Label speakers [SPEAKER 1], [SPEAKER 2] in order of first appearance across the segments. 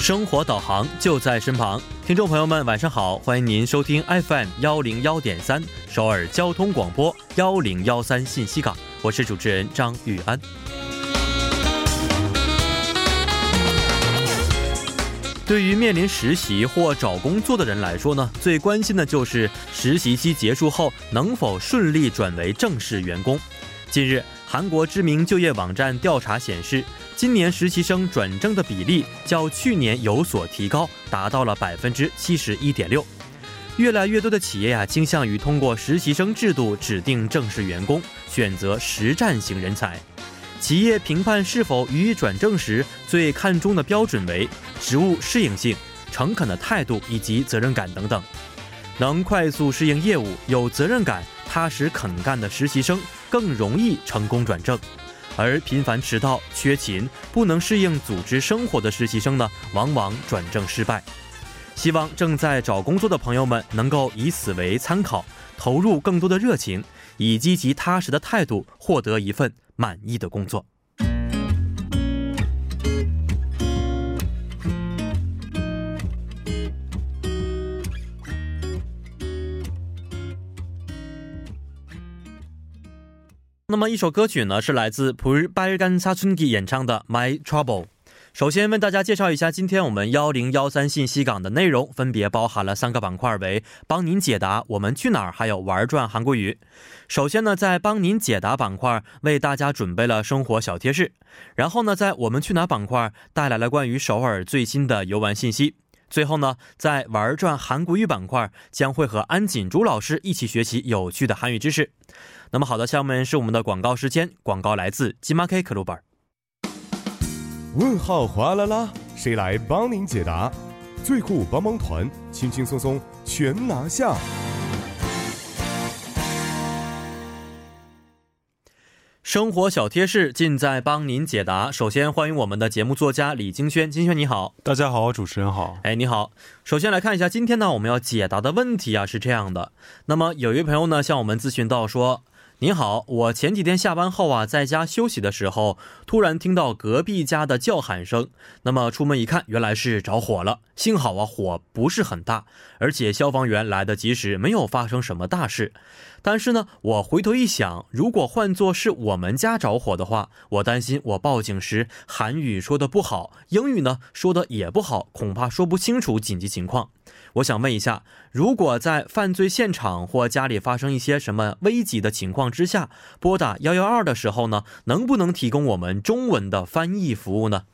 [SPEAKER 1] 生活导航就在身旁，听众朋友们，晚上好，欢迎您收听 FM 幺零幺点三首尔交通广播幺零幺三信息港，我是主持人张玉安。对于面临实习或找工作的人来说呢，最关心的就是实习期结束后能否顺利转为正式员工。近日，韩国知名就业网站调查显示，今年实习生转正的比例较去年有所提高，达到了百分之七十一点六。越来越多的企业呀、倾向于通过实习生制度指定正式员工，选择实战型人才。企业评判是否予以转正时，最看重的标准为职务适应性、诚恳的态度以及责任感等等。能快速适应业务、有责任感、踏实肯干的实习生更容易成功转正，而频繁迟到、缺勤、不能适应组织生活的实习生呢，往往转正失败。希望正在找工作的朋友们能够以此为参考，投入更多的热情，以积极踏实的态度获得一份满意的工作。那么一首歌曲呢，是来自普日巴日干沙春吉演唱的《My Trouble》。首先为大家介绍一下，今天我们幺零幺三信息港的内容分别包含了三个板块，为帮您解答、我们去哪儿，还有玩转韩国语。首先呢，在帮您解答板块为大家准备了生活小贴士，然后呢，在我们去哪儿板块带来了关于首尔最新的游玩信息。最后呢，在玩转韩国语板块将会和安锦珠老师一起学习有趣的韩语知识。那么好的，下面是我们的广告时间，广告来自金马 K 克鲁本。
[SPEAKER 2] 问号哗啦啦，谁来帮您解答？最酷帮帮团，轻轻松松全拿下。
[SPEAKER 1] 生活小贴士尽在帮您解答。首先欢迎我们的节目作家李金轩，金轩你好，
[SPEAKER 3] 大家好，主持人好。
[SPEAKER 1] 哎你好。首先来看一下今天呢我们要解答的问题啊是这样的，那么有一位朋友呢向我们咨询到说。您好，我前几天下班后啊，在家休息的时候，突然听到隔壁家的叫喊声。那么出门一看，原来是着火了。幸好啊，火不是很大，而且消防员来得及时，没有发生什么大事。但是呢，我回头一想，如果换作是我们家着火的话，我担心我报警时韩语说的不好，英语呢说的也不好，恐怕说不清楚紧急情况。我想问一下，如果在犯罪现场或家里发生一些什么危急的情况之下，拨打幺幺二的时候呢，能不能提供我们中文的翻译服务呢？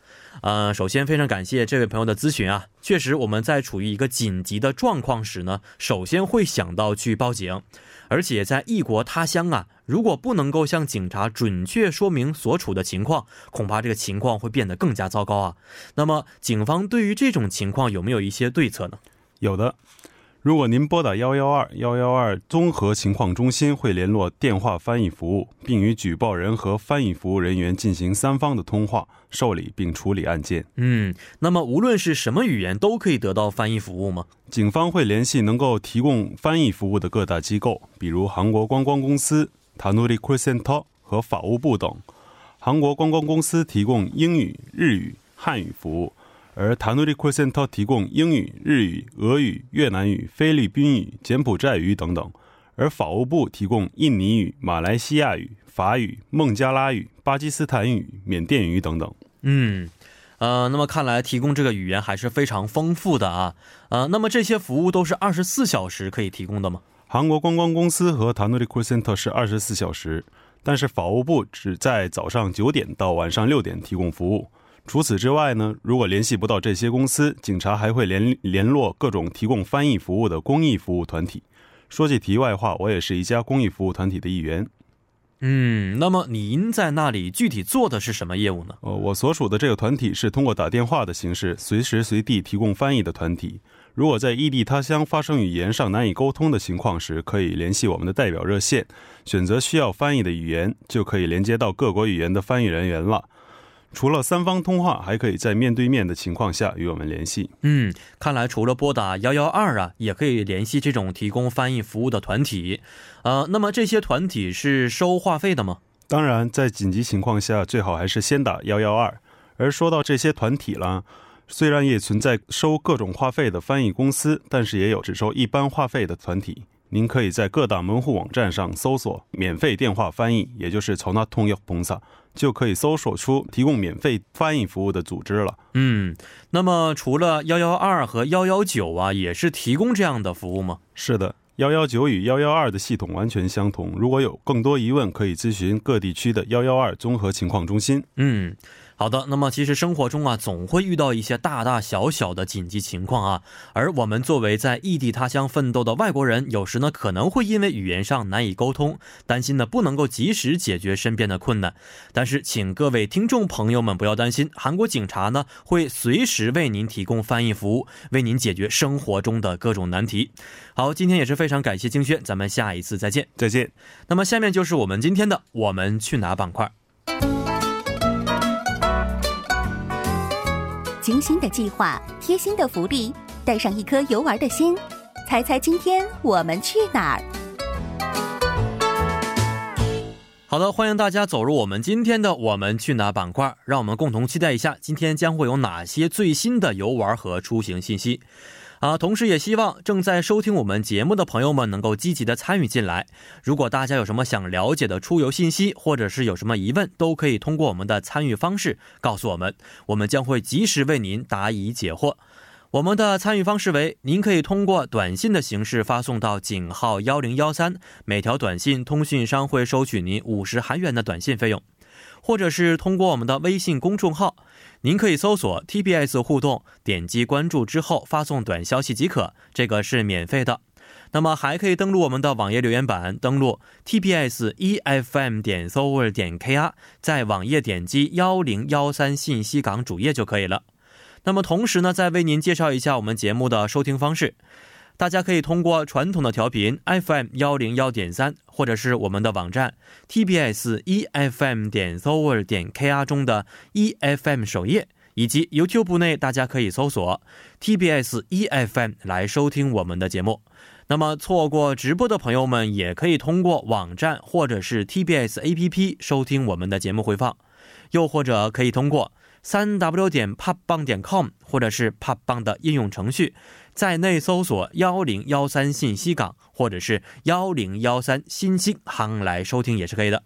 [SPEAKER 1] 呃，首先非常感谢这位朋友的咨询啊，确实我们在处于一个紧急的状况时呢，首先会想到去报警，而且在异国他乡啊，如果不能够向警察准确说明所处的情况，恐怕这个情况会变得更加糟糕啊。那么，警方对于这种情况有没有一些对策呢？
[SPEAKER 3] 有的，如果您拨打幺幺二幺幺二综合情况中心，会联络电话翻译服务，并与举报人和翻译服务人员进行三方的通话，受理并处理案件。
[SPEAKER 1] 嗯，那么无论是什么语言都可以得到翻译服务吗？
[SPEAKER 3] 警方会联系能够提供翻译服务的各大机构，比如韩国观光公司、塔努利 c r e s e n t 和法务部等。韩国观光公司提供英语、日语、汉语服务，而塔努利 c r e s e n t 提供英语、日语、俄语、越南语、菲律宾语、柬埔寨语等等。而法务部提供印尼语、马来西亚语、法语、孟加拉语、巴基斯坦语、缅甸语等等。
[SPEAKER 1] 嗯，呃，那么看来提供这个语言还是非常丰富的啊。呃，那么这些服务都是二十四小时可以提供的吗？
[SPEAKER 3] 韩国观光公司和塔努利 c r e s e n t 是二十四小时，但是法务部只在早上九点到晚上六点提供服务。除此之外呢，如果联系不到这些公司，警察还会联联络各种提供翻译服务的公益服务团体。说句题外话，我也是一家公益服务团体的一员。
[SPEAKER 1] 嗯，那么您在那里具体做的是什么业务呢？
[SPEAKER 3] 呃，我所属的这个团体是通过打电话的形式，随时随地提供翻译的团体。如果在异地他乡发生语言上难以沟通的情况时，可以联系我们的代表热线，选择需要翻译的语言，就可以连接到各国语言的翻译人员了。除了三方通话，还可以在面对面的情况下与我们联系。
[SPEAKER 1] 嗯，看来除了拨打幺幺二啊，也可以联系这种提供翻译服务的团体。呃，那么这些团体是收话费的吗？
[SPEAKER 3] 当然，在紧急情况下，最好还是先打幺幺二。而说到这些团体啦，虽然也存在收各种话费的翻译公司，但是也有只收一般话费的团体。您可以在各大门户网站上搜索“免费电话翻译”，也就是“从那通用봉사”，就可以搜索出提供免费翻译服务的组织了。
[SPEAKER 1] 嗯，那么除了幺幺二和幺幺九啊，也是提供这样的服务吗？
[SPEAKER 3] 是的，幺幺九与幺幺二的系统完全相同。如果有更多疑问，可以咨询各地区的幺幺二综合情况中心。
[SPEAKER 1] 嗯，好的。那么其实生活中啊，总会遇到一些大大小小的紧急情况啊，而我们作为在异地他乡奋斗的外国人，有时呢可能会因为语言上难以沟通，担心呢不能够及时解决身边的困难。但是，请各位听众朋友们不要担心，韩国警察呢会随时为您提供翻译服务，为您解决生活中的各种难题。好，今天也是非常感谢金轩，咱们下一次再见。
[SPEAKER 3] 再见。
[SPEAKER 1] 那么下面就是我们今天的我们去哪板块。
[SPEAKER 4] 精心的计划，贴心的福利，带上一颗游玩的心，猜猜今天我们去哪儿？
[SPEAKER 1] 好的，欢迎大家走入我们今天的“我们去哪”板块，让我们共同期待一下今天将会有哪些最新的游玩和出行信息。啊，同时也希望正在收听我们节目的朋友们能够积极的参与进来。如果大家有什么想了解的出游信息，或者是有什么疑问，都可以通过我们的参与方式告诉我们，我们将会及时为您答疑解惑。我们的参与方式为：您可以通过短信的形式发送到井号幺零幺三，每条短信通讯商会收取您五十韩元的短信费用，或者是通过我们的微信公众号，您可以搜索 TBS 互动，点击关注之后发送短消息即可，这个是免费的。那么还可以登录我们的网页留言板，登录 tbs efm E 点 s o v e r 点 kr，在网页点击幺零幺三信息港主页就可以了。那么同时呢，再为您介绍一下我们节目的收听方式。大家可以通过传统的调频 FM 幺零幺点三，或者是我们的网站 TBS EFM E 点 s o v e r 点 KR 中的 EFM 首页，以及 YouTube 内大家可以搜索 TBS EFM E 来收听我们的节目。那么错过直播的朋友们，也可以通过网站或者是 TBS APP 收听我们的节目回放，又或者可以通过。三 w 点 p o p 棒点 com 或者是 p o p 棒的应用程序，在内搜索幺零幺三信息港或者是幺零幺三新星行来收听也是可以的。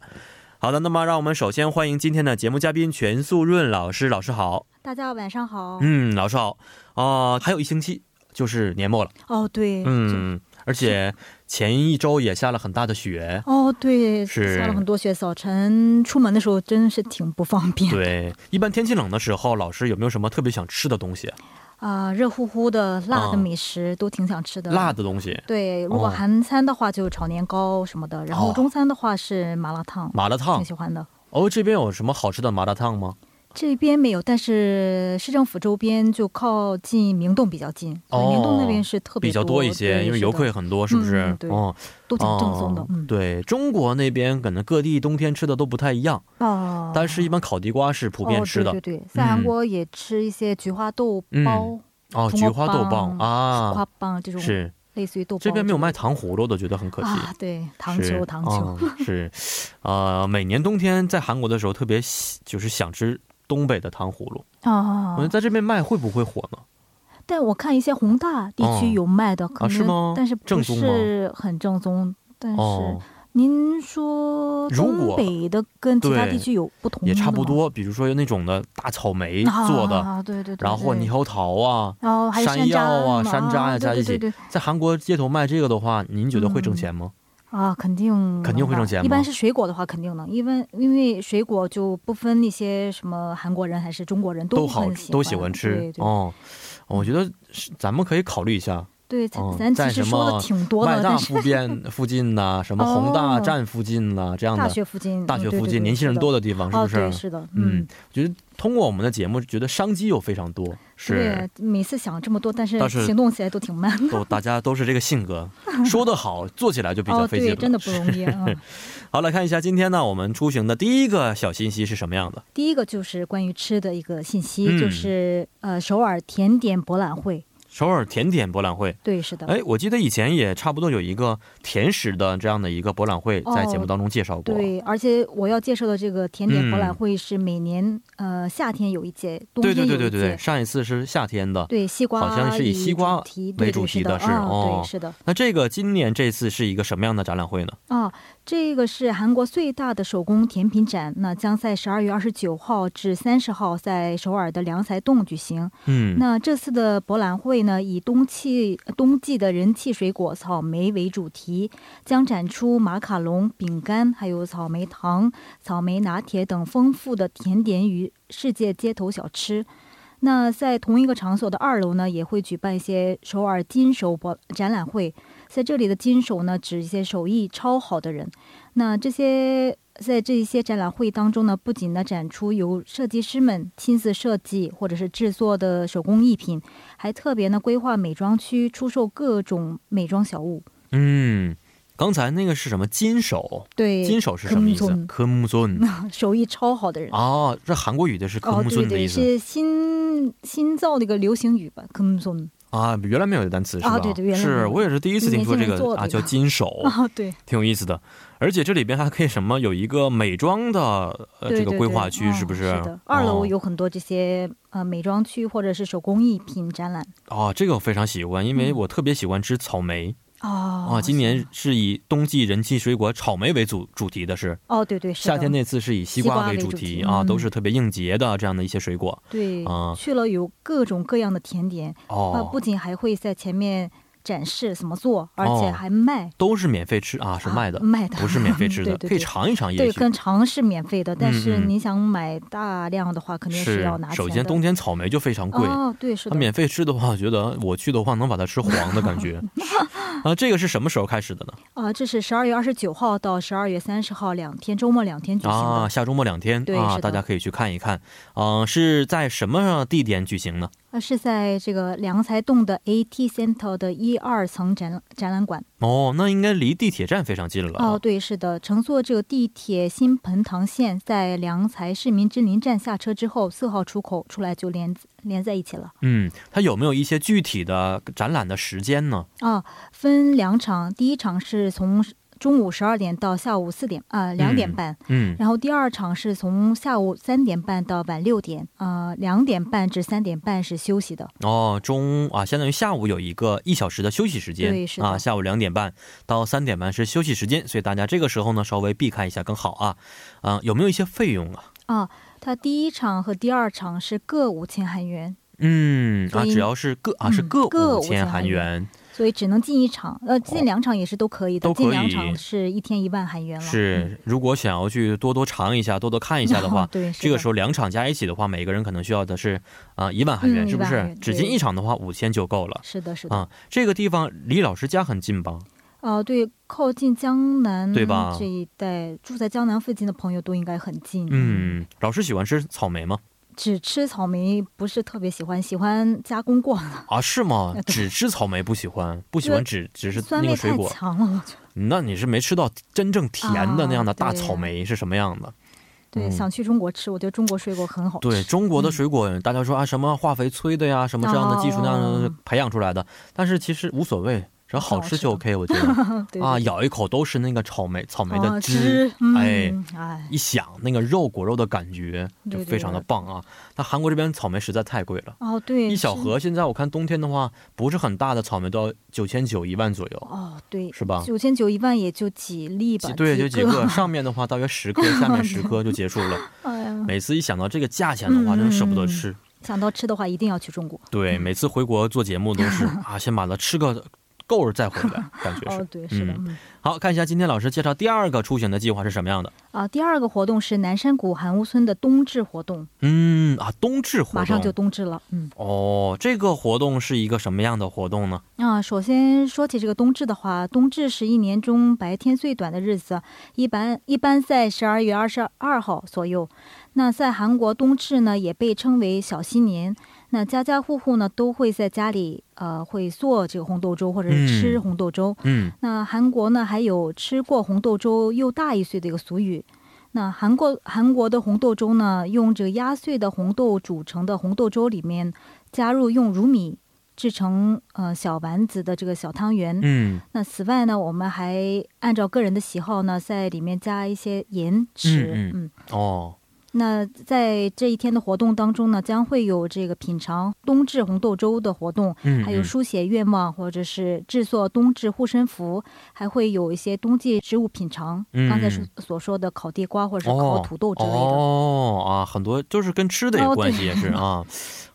[SPEAKER 1] 好的，那么让我们首先欢迎今天的节目嘉宾全素润老师，老师好。
[SPEAKER 5] 大家晚上好。
[SPEAKER 1] 嗯，老师好。啊、还有一星期就是年末了。
[SPEAKER 5] 哦，对，
[SPEAKER 1] 嗯，而且前一周也下了很大的 雪。
[SPEAKER 5] 这，哦，对，
[SPEAKER 1] 是
[SPEAKER 5] 下了很多雪，早晨出门的时候真是挺不方便
[SPEAKER 1] 对，一般天气冷的时候，老师有没有什么特别想吃的东西？
[SPEAKER 5] 啊、热乎乎的辣
[SPEAKER 1] 啊
[SPEAKER 5] 的美食都挺想吃的。
[SPEAKER 1] 辣的东西，
[SPEAKER 5] 对，如果
[SPEAKER 1] 哦
[SPEAKER 5] 韩餐的话就炒年糕什么的，然
[SPEAKER 1] 哦
[SPEAKER 5] 后中餐的话是麻辣烫，
[SPEAKER 1] 麻辣烫
[SPEAKER 5] 挺。喜欢的。
[SPEAKER 1] 哦，这边有什么好吃的麻辣烫吗？
[SPEAKER 5] 这边没有，但是市政府周边就靠近明洞比较近，所以明洞那边是特
[SPEAKER 1] 哦
[SPEAKER 5] 别
[SPEAKER 1] 比较
[SPEAKER 5] 多
[SPEAKER 1] 多一些，
[SPEAKER 5] 对
[SPEAKER 1] 因为
[SPEAKER 5] 是
[SPEAKER 1] 游
[SPEAKER 5] 的
[SPEAKER 1] 客也很多，是不是？
[SPEAKER 5] 嗯对
[SPEAKER 1] 哦，
[SPEAKER 5] 都挺正宗的
[SPEAKER 1] 哦。
[SPEAKER 5] 嗯，
[SPEAKER 1] 对中国那边可能各地冬天吃的都不太一样，
[SPEAKER 5] 啊，
[SPEAKER 1] 但是一般烤地瓜是普遍吃的
[SPEAKER 5] 哦、对对对，在韩国也吃一些菊花豆包、
[SPEAKER 1] 嗯哦，
[SPEAKER 5] 葱
[SPEAKER 1] 菊
[SPEAKER 5] 花
[SPEAKER 1] 花豆棒
[SPEAKER 5] 棒
[SPEAKER 1] 啊
[SPEAKER 5] 花，棒这种，
[SPEAKER 1] 是
[SPEAKER 5] 类似于豆包。
[SPEAKER 1] 这边没有卖糖葫芦的，觉得很可惜。
[SPEAKER 5] 啊，对，糖
[SPEAKER 1] 是
[SPEAKER 5] 球糖球。
[SPEAKER 1] 啊是，呃，每年冬天在韩国的时候，特别喜就是想吃东北的糖葫芦。
[SPEAKER 5] 啊
[SPEAKER 1] 我觉得在这边卖会不会火呢？
[SPEAKER 5] 但我看一些宏大地
[SPEAKER 1] 哦
[SPEAKER 5] 区有卖的，可能
[SPEAKER 1] 是吗
[SPEAKER 5] 但是
[SPEAKER 1] 正
[SPEAKER 5] 不
[SPEAKER 1] 宗吗
[SPEAKER 5] 是很正宗。但是、
[SPEAKER 1] 哦，
[SPEAKER 5] 您说
[SPEAKER 1] 如果
[SPEAKER 5] 东北的跟其他
[SPEAKER 1] 对
[SPEAKER 5] 地区有不同的
[SPEAKER 1] 也差不
[SPEAKER 5] 吗
[SPEAKER 1] 多，比如说有那种的大草莓做的，
[SPEAKER 5] 啊，对对对
[SPEAKER 1] 然后或
[SPEAKER 5] 对
[SPEAKER 1] 猕猴桃啊，
[SPEAKER 5] 然后还有
[SPEAKER 1] 山
[SPEAKER 5] 山
[SPEAKER 1] 药
[SPEAKER 5] 楂
[SPEAKER 1] 啊
[SPEAKER 5] 嘛
[SPEAKER 1] 山楂呀
[SPEAKER 5] 啊
[SPEAKER 1] 加一起
[SPEAKER 5] 对对对对
[SPEAKER 1] 在韩国街头卖这个的话，您觉得会挣钱吗？
[SPEAKER 5] 啊，肯定
[SPEAKER 1] 肯定
[SPEAKER 5] 能
[SPEAKER 1] 会挣
[SPEAKER 5] 的
[SPEAKER 1] 钱
[SPEAKER 5] 一
[SPEAKER 1] 吗
[SPEAKER 5] 般是水果的话，肯定能，因为因为水果就不分那些什么韩国人还是中国人
[SPEAKER 1] 都
[SPEAKER 5] 都
[SPEAKER 1] 好
[SPEAKER 5] 很
[SPEAKER 1] 吃，都喜欢吃
[SPEAKER 5] 对。对
[SPEAKER 1] 哦，我觉得是咱们可以考虑一下，
[SPEAKER 5] 对，咱
[SPEAKER 1] 哦
[SPEAKER 5] 咱
[SPEAKER 1] 在
[SPEAKER 5] 其实
[SPEAKER 1] 什
[SPEAKER 5] 说
[SPEAKER 1] 么
[SPEAKER 5] 的挺多
[SPEAKER 1] 麦
[SPEAKER 5] 的，
[SPEAKER 1] 大
[SPEAKER 5] 但是
[SPEAKER 1] 附近附近 呐、什么宏大
[SPEAKER 5] 哦
[SPEAKER 1] 站附近呐、这样的
[SPEAKER 5] 大学附近，
[SPEAKER 1] 大
[SPEAKER 5] 嗯
[SPEAKER 1] 学
[SPEAKER 5] 对
[SPEAKER 1] 附
[SPEAKER 5] 对
[SPEAKER 1] 近
[SPEAKER 5] 对
[SPEAKER 1] 年轻人
[SPEAKER 5] 是的
[SPEAKER 1] 多的地方，是不
[SPEAKER 5] 哦，
[SPEAKER 1] 是？
[SPEAKER 5] 对，是的，
[SPEAKER 1] 嗯，觉得通过我们的节目，觉得商机又非常多，是
[SPEAKER 5] 对，每次想这么多，但是
[SPEAKER 1] 但是
[SPEAKER 5] 行动起来都挺慢。
[SPEAKER 1] 都大家都是这个性 格，说得好，做起来就比较
[SPEAKER 5] 哦，
[SPEAKER 1] 费劲了。
[SPEAKER 5] 对，真的不容 易啊。嗯
[SPEAKER 1] 好，来看一下今天呢，我们出行的第一个小信息是什么样的？
[SPEAKER 5] 第一个就是关于吃的一个信息，
[SPEAKER 1] 嗯
[SPEAKER 5] 就是呃，首尔甜点博览会。
[SPEAKER 1] 首尔甜点博览会。
[SPEAKER 5] 对，是的。
[SPEAKER 1] 哎，我记得以前也差不多有一个甜食的这样的一个博览会，在节目当中介绍过。
[SPEAKER 5] 哦对，而且我要介绍的这个甜点博览会是每年、呃夏天有一届，冬
[SPEAKER 1] 嗯对
[SPEAKER 5] 天
[SPEAKER 1] 对
[SPEAKER 5] 有一届。
[SPEAKER 1] 对对对对，上一次是夏天的。
[SPEAKER 5] 对西瓜
[SPEAKER 1] 好像是以西瓜
[SPEAKER 5] 题
[SPEAKER 1] 为主题的
[SPEAKER 5] 对
[SPEAKER 1] 是
[SPEAKER 5] 对是
[SPEAKER 1] 哦
[SPEAKER 5] 对，是的
[SPEAKER 1] 那这个今年这次是一个什么样的展览会呢？
[SPEAKER 5] 啊，这个是韩国最大的手工甜品展，那将在十二月二十九号至三十号在首尔的良才洞举行。
[SPEAKER 1] 嗯，
[SPEAKER 5] 那这次的博览会呢，以冬季冬季的人气水果草莓为主题，将展出马卡龙、饼干，还有草莓糖、草莓拿铁等丰富的甜点与世界街头小吃。那在同一个场所的二楼呢，也会举办一些首尔金手博呃展览会。在这里的金手呢，指一些手艺超好的人。那这些在这一些展览会当中呢，不仅呢展出由设计师们亲自设计或者是制作的手工艺品，还特别呢规划美妆区出售各种美妆小物。
[SPEAKER 1] 嗯，刚才那个是什么金手？
[SPEAKER 5] 对，
[SPEAKER 1] 金手是什么意思？
[SPEAKER 5] 금손
[SPEAKER 1] 科木尊
[SPEAKER 5] 手艺超好的人。
[SPEAKER 1] 哦，这韩国语的是科
[SPEAKER 5] 哦，
[SPEAKER 1] 木
[SPEAKER 5] 对
[SPEAKER 1] 尊的
[SPEAKER 5] 对，
[SPEAKER 1] 意思、
[SPEAKER 5] 是新新造的一个流行语吧，금손
[SPEAKER 1] 啊，原来没有这单词是吧？
[SPEAKER 5] 啊对对原来没有
[SPEAKER 1] 是我也是第一次听说这
[SPEAKER 5] 年轻人
[SPEAKER 1] 个
[SPEAKER 5] 做的
[SPEAKER 1] 啊，
[SPEAKER 5] 这
[SPEAKER 1] 叫
[SPEAKER 5] 个
[SPEAKER 1] 金 手，
[SPEAKER 5] 啊，对，
[SPEAKER 1] 挺有意思的。而且这里边还可以什么有一个美妆的呃
[SPEAKER 5] 对
[SPEAKER 1] 这个
[SPEAKER 5] 对
[SPEAKER 1] 规
[SPEAKER 5] 对
[SPEAKER 1] 划区，
[SPEAKER 5] 嗯
[SPEAKER 1] 是不是？
[SPEAKER 5] 是的，二楼
[SPEAKER 1] 哦
[SPEAKER 5] 有很多这些呃美妆区或者是手工艺品展览。
[SPEAKER 1] 哦，这个我非常喜欢，因为我特别喜欢吃草莓
[SPEAKER 5] 嗯哦
[SPEAKER 1] 啊。今年是以冬季人气水果草莓为主主题的是，
[SPEAKER 5] 哦，对对，是的
[SPEAKER 1] 夏天那次是以西
[SPEAKER 5] 西瓜
[SPEAKER 1] 瓜为
[SPEAKER 5] 为
[SPEAKER 1] 主
[SPEAKER 5] 主
[SPEAKER 1] 题
[SPEAKER 5] 题
[SPEAKER 1] 啊，
[SPEAKER 5] 嗯
[SPEAKER 1] 都是特别应节的这样的一些水果
[SPEAKER 5] 对、
[SPEAKER 1] 啊
[SPEAKER 5] 去了有各种各样的甜点，啊，
[SPEAKER 1] 哦
[SPEAKER 5] 不，仅还会在前面展示怎么做，而且
[SPEAKER 1] 哦
[SPEAKER 5] 还卖，
[SPEAKER 1] 都是免费吃啊，是
[SPEAKER 5] 啊
[SPEAKER 1] 卖的，
[SPEAKER 5] 卖的，
[SPEAKER 1] 不是免费吃的，
[SPEAKER 5] 对对对
[SPEAKER 1] 可以尝一尝，也
[SPEAKER 5] 对，
[SPEAKER 1] 许
[SPEAKER 5] 跟尝是免费的，但是
[SPEAKER 1] 嗯嗯
[SPEAKER 5] 你想买大量的话，肯定
[SPEAKER 1] 是
[SPEAKER 5] 要拿钱
[SPEAKER 1] 首
[SPEAKER 5] 的。
[SPEAKER 1] 先冬天草莓就非常贵。
[SPEAKER 5] 哦，对，是
[SPEAKER 1] 它
[SPEAKER 5] 的，
[SPEAKER 1] 免费吃的话，我觉得我去的话能把它吃黄的感 觉。啊，这个是什么时候开始的呢？
[SPEAKER 5] 啊，这是十二月二十九号到十二月三十号两天，周末两天举行的。
[SPEAKER 1] 啊，下周末两天
[SPEAKER 5] 对是
[SPEAKER 1] 啊，
[SPEAKER 5] 的
[SPEAKER 1] 大家可以去看一看。嗯、是在什么地点举行呢？
[SPEAKER 5] 呃，是在这个良才洞的 AT Center 的一二层展展览馆。
[SPEAKER 1] 哦，那应该离地铁站非常近了啊。
[SPEAKER 5] 哦，对，是的，乘坐这个地铁新盆塘线，在良才市民之林站下车之后，四号出口出来就连连在一起了。
[SPEAKER 1] 嗯，它有没有一些具体的展览的时间呢？
[SPEAKER 5] 啊，分两场，第一场是从中午十二点到下午四点，啊两点
[SPEAKER 1] 嗯
[SPEAKER 5] 半。
[SPEAKER 1] 嗯，
[SPEAKER 5] 然后第二场是从下午三点半到晚六点，啊两点半至三点半是休息的。
[SPEAKER 1] 哦，中啊，相当于下午有一个一小时的休息时间，
[SPEAKER 5] 对是的
[SPEAKER 1] 啊，下午两点半到三点半是休息时间，所以大家这个时候呢稍微避开一下更好啊。啊、有没有一些费用啊？
[SPEAKER 5] 啊，它第一场和第二场是各五千韩元，
[SPEAKER 1] 嗯啊，
[SPEAKER 5] 所以
[SPEAKER 1] 只要是各啊
[SPEAKER 5] 嗯
[SPEAKER 1] 是各
[SPEAKER 5] 各
[SPEAKER 1] 五千韩元，
[SPEAKER 5] 所以只能进一场，呃，进两场也是都可以的，
[SPEAKER 1] 哦都可以
[SPEAKER 5] 进两场是一天一万韩元了。嗯，，
[SPEAKER 1] 是如果想要去多多尝一下、多多看一下的话
[SPEAKER 5] 对， 是
[SPEAKER 1] 这个时
[SPEAKER 5] 候
[SPEAKER 1] 候两场加一起的话，每个人可能需要的是啊一、万韩元，
[SPEAKER 5] 嗯
[SPEAKER 1] 是不
[SPEAKER 5] 1万韩
[SPEAKER 1] 是
[SPEAKER 5] 元？
[SPEAKER 1] 只
[SPEAKER 5] 对
[SPEAKER 1] 进一场的话，五千就够了
[SPEAKER 5] 是的，是的，
[SPEAKER 1] 啊。这个地方离老师家很近吧？
[SPEAKER 5] 哦、对，靠近江南
[SPEAKER 1] 对吧
[SPEAKER 5] 这一带，住在江南附近的朋友都应该很近。，
[SPEAKER 1] 嗯，老师喜欢吃草莓吗？
[SPEAKER 5] 只吃草莓不是特别喜欢，喜欢加工过的，
[SPEAKER 1] 啊，是 吗
[SPEAKER 5] 哎？对
[SPEAKER 1] 只吃草莓不喜欢，不喜欢只只是
[SPEAKER 5] 酸
[SPEAKER 1] 那
[SPEAKER 5] 味
[SPEAKER 1] 个水
[SPEAKER 5] 太
[SPEAKER 1] 果，
[SPEAKER 5] 强了，我 觉得。
[SPEAKER 1] 那你是没吃到真正甜的
[SPEAKER 5] 啊
[SPEAKER 1] 那样的大
[SPEAKER 5] 对
[SPEAKER 1] 草莓是什么样的？
[SPEAKER 5] 对，
[SPEAKER 1] 嗯
[SPEAKER 5] 想去中国吃，我觉得中国水果很好吃。
[SPEAKER 1] 对中
[SPEAKER 5] 嗯
[SPEAKER 1] 国的水果，大家说啊什么化肥催的呀，什么这样的技术那样的
[SPEAKER 5] 哦
[SPEAKER 1] 培养出来的，但是其实无所谓，只要好
[SPEAKER 5] 好
[SPEAKER 1] 吃
[SPEAKER 5] 吃
[SPEAKER 1] 就
[SPEAKER 5] 的
[SPEAKER 1] OK，我觉得
[SPEAKER 5] 嗯 对
[SPEAKER 1] 啊，咬一口都是那个草莓草莓的
[SPEAKER 5] 啊
[SPEAKER 1] 汁，
[SPEAKER 5] 汁，嗯
[SPEAKER 1] 哎
[SPEAKER 5] 哎，
[SPEAKER 1] 一想那个肉果肉的感觉就
[SPEAKER 5] 对对
[SPEAKER 1] 非常的棒啊。那韩国这边草莓实在太贵了，
[SPEAKER 5] 哦对，
[SPEAKER 1] 一小
[SPEAKER 5] 是
[SPEAKER 1] 盒现在我看冬天的话，不是很大的草莓都要九千九一万左右，
[SPEAKER 5] 哦对，
[SPEAKER 1] 是吧？
[SPEAKER 5] 九千九一万也就几粒吧
[SPEAKER 1] 几，对，就几
[SPEAKER 5] 个，
[SPEAKER 1] 个，上面的话大约十颗，下面十颗就结束 了。
[SPEAKER 5] 哎呀，
[SPEAKER 1] 每次一想到这个价钱的话，
[SPEAKER 5] 嗯
[SPEAKER 1] 真舍不得吃。
[SPEAKER 5] 想到吃的话，一定要去中国。
[SPEAKER 1] 对，每次回国做节目都 是啊，先把它吃个够了再回来，感觉
[SPEAKER 5] 哦
[SPEAKER 1] 是，。
[SPEAKER 5] 对，是的，
[SPEAKER 1] 嗯
[SPEAKER 5] 嗯
[SPEAKER 1] 好看一下今天老师介绍第二个出行的计划是什么样的。
[SPEAKER 5] 啊，第二个活动是南山谷韩屋村的冬至活动，
[SPEAKER 1] 嗯啊，冬至活动
[SPEAKER 5] 马上就冬至了，嗯
[SPEAKER 1] 哦，这个活动是一个什么样的活动呢？
[SPEAKER 5] 啊，首先说起这个冬至的话，冬至是一年中白天最短的日子，一般一般在十二月二十二号左右。那在韩国，冬至呢也被称为小新年，那家家户户呢都会在家里呃会做这个红豆粥或者是吃
[SPEAKER 1] 嗯
[SPEAKER 5] 红豆粥。
[SPEAKER 1] 嗯，
[SPEAKER 5] 那韩国呢，还有吃过红豆粥又大一岁的一个俗语。那韩国韩国的红豆粥呢，用这个压碎的红豆煮成的红豆粥里面加入用乳米、制成呃小丸子的这个小汤圆。
[SPEAKER 1] 嗯，
[SPEAKER 5] 那此外呢，我们还按照个人的喜好呢，在里面加一些盐吃。
[SPEAKER 1] 嗯
[SPEAKER 5] 嗯，
[SPEAKER 1] 哦，
[SPEAKER 5] 那在这一天的活动当中呢，将会有这个品尝冬至红豆粥的活动，
[SPEAKER 1] 嗯，
[SPEAKER 5] 还有
[SPEAKER 1] 嗯
[SPEAKER 5] 书写愿望，或者是制作冬至护身符，还会有一些冬季植物品尝，
[SPEAKER 1] 嗯
[SPEAKER 5] 刚才所所说的烤地瓜或者是烤土豆之类的。哦
[SPEAKER 1] 哦哦啊，很多就是跟吃的有关系，也 是啊、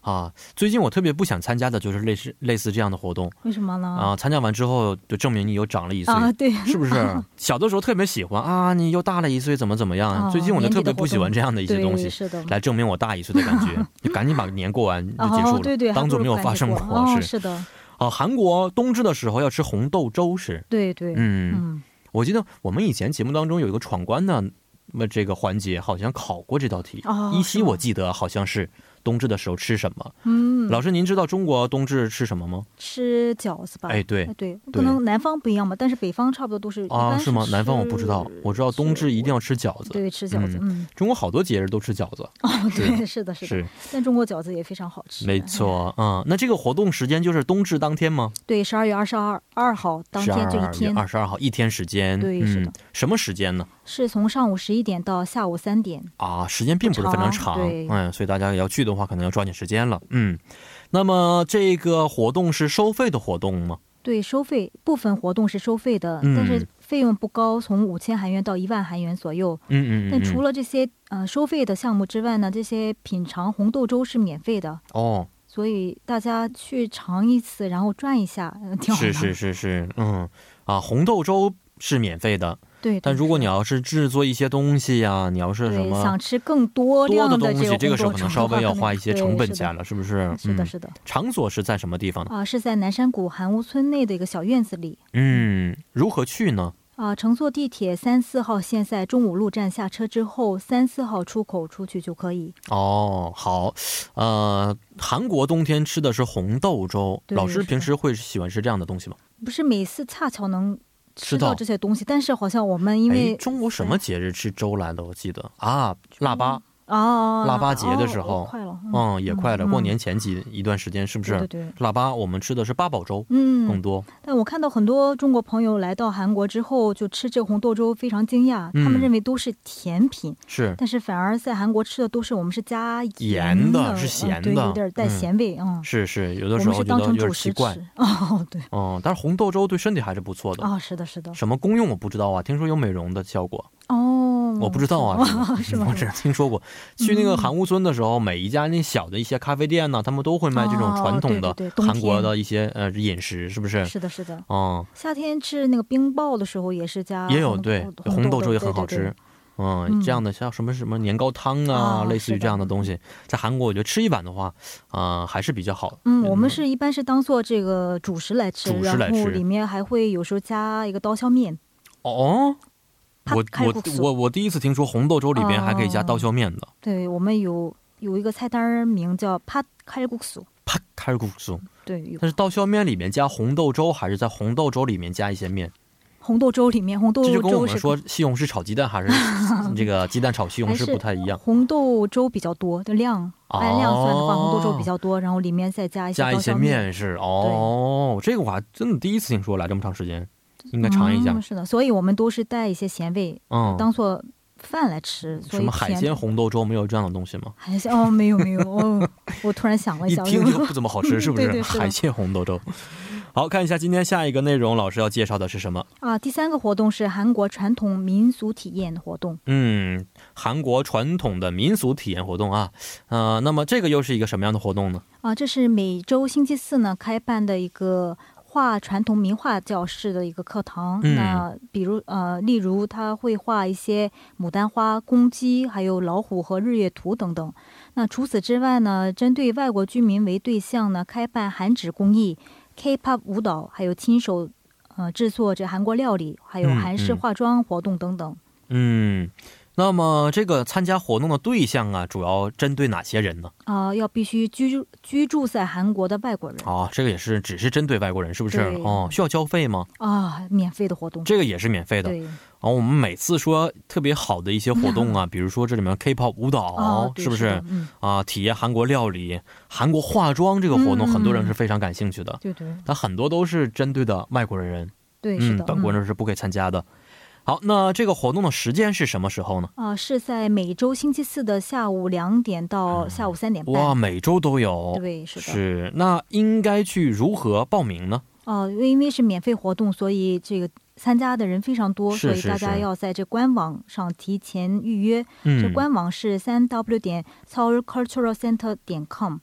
[SPEAKER 1] 啊。最近我特别不想参加的就是类似类似这样的活动
[SPEAKER 5] 为什么呢？
[SPEAKER 1] 啊，参加完之后就证明你又长了一岁。
[SPEAKER 5] 啊，对，
[SPEAKER 1] 是不是？小的时候特别喜欢啊，你又大了一岁，怎么怎么样？
[SPEAKER 5] 哦
[SPEAKER 1] 最近我就特别不喜欢这样的一些东
[SPEAKER 5] 对，
[SPEAKER 1] 西，
[SPEAKER 5] 是的。
[SPEAKER 1] 来证明我大一岁的感 觉。就赶紧把年过完就结束了，
[SPEAKER 5] 哦，对对，还
[SPEAKER 1] 当做
[SPEAKER 5] 不
[SPEAKER 1] 没
[SPEAKER 5] 如
[SPEAKER 1] 有发生
[SPEAKER 5] 赶紧
[SPEAKER 1] 过。
[SPEAKER 5] 过哦，
[SPEAKER 1] 是
[SPEAKER 5] 是的，
[SPEAKER 1] 啊，韩国冬至的时候要吃红豆粥是，
[SPEAKER 5] 对对，
[SPEAKER 1] 嗯，
[SPEAKER 5] 嗯，
[SPEAKER 1] 我记得我们以前节目当中有一个闯关的那这个环节，好像考过这道题。
[SPEAKER 5] 哦
[SPEAKER 1] 依
[SPEAKER 5] 是
[SPEAKER 1] 稀
[SPEAKER 5] 吗
[SPEAKER 1] 我记得好像是冬至的时候吃什么。
[SPEAKER 5] 嗯，
[SPEAKER 1] 老师，您知道中国冬至吃什么吗？
[SPEAKER 5] 吃饺子吧？
[SPEAKER 1] 哎，对
[SPEAKER 5] 哎，对，
[SPEAKER 1] 对
[SPEAKER 5] 可能南方不一样嘛，但是北方差不多都是。一
[SPEAKER 1] 啊，
[SPEAKER 5] 般
[SPEAKER 1] 是吗？
[SPEAKER 5] 吃
[SPEAKER 1] 南方我不知道，我知道冬至一定要吃饺子。
[SPEAKER 5] 对吃饺子，嗯，
[SPEAKER 1] 中国好多节日都吃饺子，
[SPEAKER 5] 哦，
[SPEAKER 1] 是
[SPEAKER 5] 对， 是的，是哎的，但中国饺子也非常好吃，
[SPEAKER 1] 没错。嗯，那这个活动时间就是冬至当天吗？
[SPEAKER 5] 对，十二月二十二二号当
[SPEAKER 1] 十
[SPEAKER 5] 天这一
[SPEAKER 1] 二月
[SPEAKER 5] 天
[SPEAKER 1] 二十二号，一天时间。
[SPEAKER 5] 对是的
[SPEAKER 1] 嗯。什么时间呢？
[SPEAKER 5] 是从上午十一点到下午三点。
[SPEAKER 1] 啊，时间并不是非常长，
[SPEAKER 5] 不长对
[SPEAKER 1] 嗯，所以大家要去的话，可能要抓紧时间了，嗯。那么这个活动是收费的活动吗？
[SPEAKER 5] 对，收费部分活动是收费的，
[SPEAKER 1] 嗯
[SPEAKER 5] 但是费用不高，从五千韩元到一万韩元左右。
[SPEAKER 1] 嗯嗯嗯。
[SPEAKER 5] 但除
[SPEAKER 1] 了
[SPEAKER 5] 了这些呃收费的项目之外呢，这些品尝红豆粥是免费的，
[SPEAKER 1] 哦，
[SPEAKER 5] 所以大家去尝一次，然后转一下，嗯，挺好的。
[SPEAKER 1] 是是是是，嗯啊，红豆粥是免费的，
[SPEAKER 5] 对，
[SPEAKER 1] 但
[SPEAKER 5] 对
[SPEAKER 1] 如果你要是制作一些东西呀、你要是什
[SPEAKER 5] 对
[SPEAKER 1] 么
[SPEAKER 5] 想吃更多
[SPEAKER 1] 多
[SPEAKER 5] 量
[SPEAKER 1] 的东西，这
[SPEAKER 5] 这
[SPEAKER 1] 个
[SPEAKER 5] 个
[SPEAKER 1] 时候可能稍微要花一些成本钱
[SPEAKER 5] 了。
[SPEAKER 1] 了，是不是？
[SPEAKER 5] 是的，
[SPEAKER 1] 嗯
[SPEAKER 5] 是的，
[SPEAKER 1] 场所是在什么地方呢？
[SPEAKER 5] 啊、是在南山谷韩屋村内的一个小院子里。
[SPEAKER 1] 嗯，如何去呢？
[SPEAKER 5] 啊、乘坐地铁三四号线在中五路站下车之后，三四号出口出去就可以。
[SPEAKER 1] 哦，好，呃，韩国冬天吃的是红豆粥，
[SPEAKER 5] 对
[SPEAKER 1] 老师
[SPEAKER 5] 是的
[SPEAKER 1] 平时会喜欢吃这样的东西吗？
[SPEAKER 5] 不是每次恰巧能
[SPEAKER 1] 吃
[SPEAKER 5] 吃
[SPEAKER 1] 到
[SPEAKER 5] 到这些东西，但是好像我们因
[SPEAKER 1] 哎
[SPEAKER 5] 为
[SPEAKER 1] 中国什么节日吃粥来的？我记得啊，腊八，
[SPEAKER 5] 啊，
[SPEAKER 1] 腊八节的时
[SPEAKER 5] 哦
[SPEAKER 1] 候
[SPEAKER 5] 快了，嗯，
[SPEAKER 1] 嗯，也快了，
[SPEAKER 5] 嗯
[SPEAKER 1] 过年前几一段时间是不
[SPEAKER 5] 对对
[SPEAKER 1] 是？
[SPEAKER 5] 对，
[SPEAKER 1] 腊八我们吃的是八宝粥更
[SPEAKER 5] 嗯。
[SPEAKER 1] 多，
[SPEAKER 5] 但我看到很多中国朋友来到韩国之后，就吃这个红豆粥非常惊讶，
[SPEAKER 1] 嗯
[SPEAKER 5] 他们认为都是甜品，
[SPEAKER 1] 是
[SPEAKER 5] 但是反而在韩国吃的都是我们是加
[SPEAKER 1] 盐的
[SPEAKER 5] 的，
[SPEAKER 1] 是
[SPEAKER 5] 嗯
[SPEAKER 1] 咸
[SPEAKER 5] 对，
[SPEAKER 1] 的
[SPEAKER 5] 有点带
[SPEAKER 1] 嗯
[SPEAKER 5] 咸味啊。嗯
[SPEAKER 1] 是是，有
[SPEAKER 5] 我
[SPEAKER 1] 的时
[SPEAKER 5] 们
[SPEAKER 1] 候
[SPEAKER 5] 是
[SPEAKER 1] 觉
[SPEAKER 5] 当
[SPEAKER 1] 得有
[SPEAKER 5] 成
[SPEAKER 1] 点
[SPEAKER 5] 主
[SPEAKER 1] 奇
[SPEAKER 5] 食
[SPEAKER 1] 怪，
[SPEAKER 5] 吃。哦，对，
[SPEAKER 1] 嗯，但是红豆粥对身体还是不错的。
[SPEAKER 5] 哦，是的，是的，
[SPEAKER 1] 什么功用我不知道啊，听说有美容的效果，
[SPEAKER 5] 哦，
[SPEAKER 1] 我不知道啊，这个
[SPEAKER 5] 是吗嗯
[SPEAKER 1] 我只是听说过。去那个韩屋村的时候，每一家那小的一些咖啡店呢，他们都会卖这种
[SPEAKER 5] 哦
[SPEAKER 1] 传统的
[SPEAKER 5] 对对对冬
[SPEAKER 1] 韩国
[SPEAKER 5] 天
[SPEAKER 1] 的一些呃饮食，是不是？
[SPEAKER 5] 是的，是的。
[SPEAKER 1] 嗯，
[SPEAKER 5] 夏天吃那个冰爆的时候也是加
[SPEAKER 1] 也有
[SPEAKER 5] 啊红
[SPEAKER 1] 对
[SPEAKER 5] 豆
[SPEAKER 1] 红豆
[SPEAKER 5] 的
[SPEAKER 1] 粥也很
[SPEAKER 5] 对
[SPEAKER 1] 好
[SPEAKER 5] 对
[SPEAKER 1] 吃。
[SPEAKER 5] 对
[SPEAKER 1] 嗯，
[SPEAKER 5] 嗯
[SPEAKER 1] 这样的像什么什么年糕汤啊，
[SPEAKER 5] 啊
[SPEAKER 1] 类似于
[SPEAKER 5] 是的
[SPEAKER 1] 这样的东西，在韩国我觉得吃一碗的话，啊、还是比较好的。
[SPEAKER 5] 嗯，我们是一般是当做这个主食来吃，
[SPEAKER 1] 主食来
[SPEAKER 5] 然后
[SPEAKER 1] 吃
[SPEAKER 5] 里面还会有时候加一个刀削面。
[SPEAKER 1] 哦，
[SPEAKER 5] 它
[SPEAKER 1] 我
[SPEAKER 5] 开
[SPEAKER 1] 我
[SPEAKER 5] 过素
[SPEAKER 1] 我我第一次听说红豆粥里边还可以加
[SPEAKER 5] 哦
[SPEAKER 1] 刀削面的，
[SPEAKER 5] 对我们有有一个菜单儿名叫“팥칼국수
[SPEAKER 1] 啪开始咕酥。”，
[SPEAKER 5] 对，有
[SPEAKER 1] 但是刀削面里面加红豆粥，还是在红豆粥里面加一些面，
[SPEAKER 5] 红豆粥里面红豆
[SPEAKER 1] 这就跟我
[SPEAKER 5] 粥
[SPEAKER 1] 们
[SPEAKER 5] 是
[SPEAKER 1] 说西红柿炒鸡蛋 还是这个鸡蛋炒西红柿不太一样。
[SPEAKER 5] 红豆粥比较多的量，按量算的话，
[SPEAKER 1] 哦
[SPEAKER 5] 红豆粥比较多，然后里面再加一些
[SPEAKER 1] 加一
[SPEAKER 5] 刀
[SPEAKER 1] 些
[SPEAKER 5] 削，
[SPEAKER 1] 面是哦，这个我还真的第一次听说，来这么长时间，应该尝一下
[SPEAKER 5] 嗯。是的，所以我们都是带一些咸味
[SPEAKER 1] 嗯，
[SPEAKER 5] 当做饭来吃，所
[SPEAKER 1] 什
[SPEAKER 5] 以
[SPEAKER 1] 么海
[SPEAKER 5] 甜
[SPEAKER 1] 鲜红豆粥没有这样的东西吗？
[SPEAKER 5] 海鲜哦，没有没有哦，我突然想了
[SPEAKER 1] 一
[SPEAKER 5] 下，
[SPEAKER 1] 听
[SPEAKER 5] 我
[SPEAKER 1] 就不怎么好吃，是 不是？
[SPEAKER 5] 对对是的
[SPEAKER 1] 海鲜红 豆粥。好看一下今天下一个内容，老师要介绍的是什么？
[SPEAKER 5] 啊，第三个活动是韩国传统民俗体验活动。
[SPEAKER 1] 嗯，韩国传统的民俗体验活动啊，呃，那么这个又是一个什么样的活动呢？
[SPEAKER 5] 啊，这是每周星期四呢开办的一个画传统名画教室的一个课堂。
[SPEAKER 1] 嗯
[SPEAKER 5] 那比如呃，例如他会画一些牡丹花、公鸡，还有老虎和日月图等等。那除此之外呢，针对外国居民为对象呢，开办韩纸工艺、K-pop 舞蹈，还有亲手呃制作这韩国料理，还有
[SPEAKER 1] 嗯
[SPEAKER 5] 韩式
[SPEAKER 1] 嗯
[SPEAKER 5] 化妆活动等等。
[SPEAKER 1] 嗯，那么这个参加活动的对象啊，主要针对哪些人呢？
[SPEAKER 5] 啊、要必须居住居住在韩国的外国人
[SPEAKER 1] 啊，这个也是只是针对外国人，是不是
[SPEAKER 5] 对？
[SPEAKER 1] 哦，需要交费吗？
[SPEAKER 5] 啊，免费的活动。
[SPEAKER 1] 这个也是免费的。
[SPEAKER 5] 对，
[SPEAKER 1] 然后、我们每次说特别好的一些活动 啊，比如说这里面 K-pop 舞蹈、
[SPEAKER 5] 啊，
[SPEAKER 1] 哦
[SPEAKER 5] 对
[SPEAKER 1] 是不
[SPEAKER 5] 的
[SPEAKER 1] 是？
[SPEAKER 5] 嗯，
[SPEAKER 1] 啊，体验韩国料理、韩国化妆这个活动，
[SPEAKER 5] 嗯
[SPEAKER 1] 很多人是非常感兴趣的。
[SPEAKER 5] 对对
[SPEAKER 1] 它很多都是针对的外国人，
[SPEAKER 5] 对，是
[SPEAKER 1] 嗯，
[SPEAKER 5] 的。
[SPEAKER 1] 本国人是不可以参加的。好，那这个活动的时间是什么时候呢？
[SPEAKER 5] 啊、是在每周星期四的下午两点到下午三点半。
[SPEAKER 1] 嗯哇，每周都有，
[SPEAKER 5] 对，是的。
[SPEAKER 1] 是，那应该去如何报名呢？
[SPEAKER 5] 哦、因为是免费活动，所以这个参加的人非常多，
[SPEAKER 1] 是
[SPEAKER 5] 所以
[SPEAKER 1] 是
[SPEAKER 5] 大家
[SPEAKER 1] 是
[SPEAKER 5] 要在这官网上提前预约。这
[SPEAKER 1] 嗯，
[SPEAKER 5] 官网是三 w 点 seoul cultural center 点 com，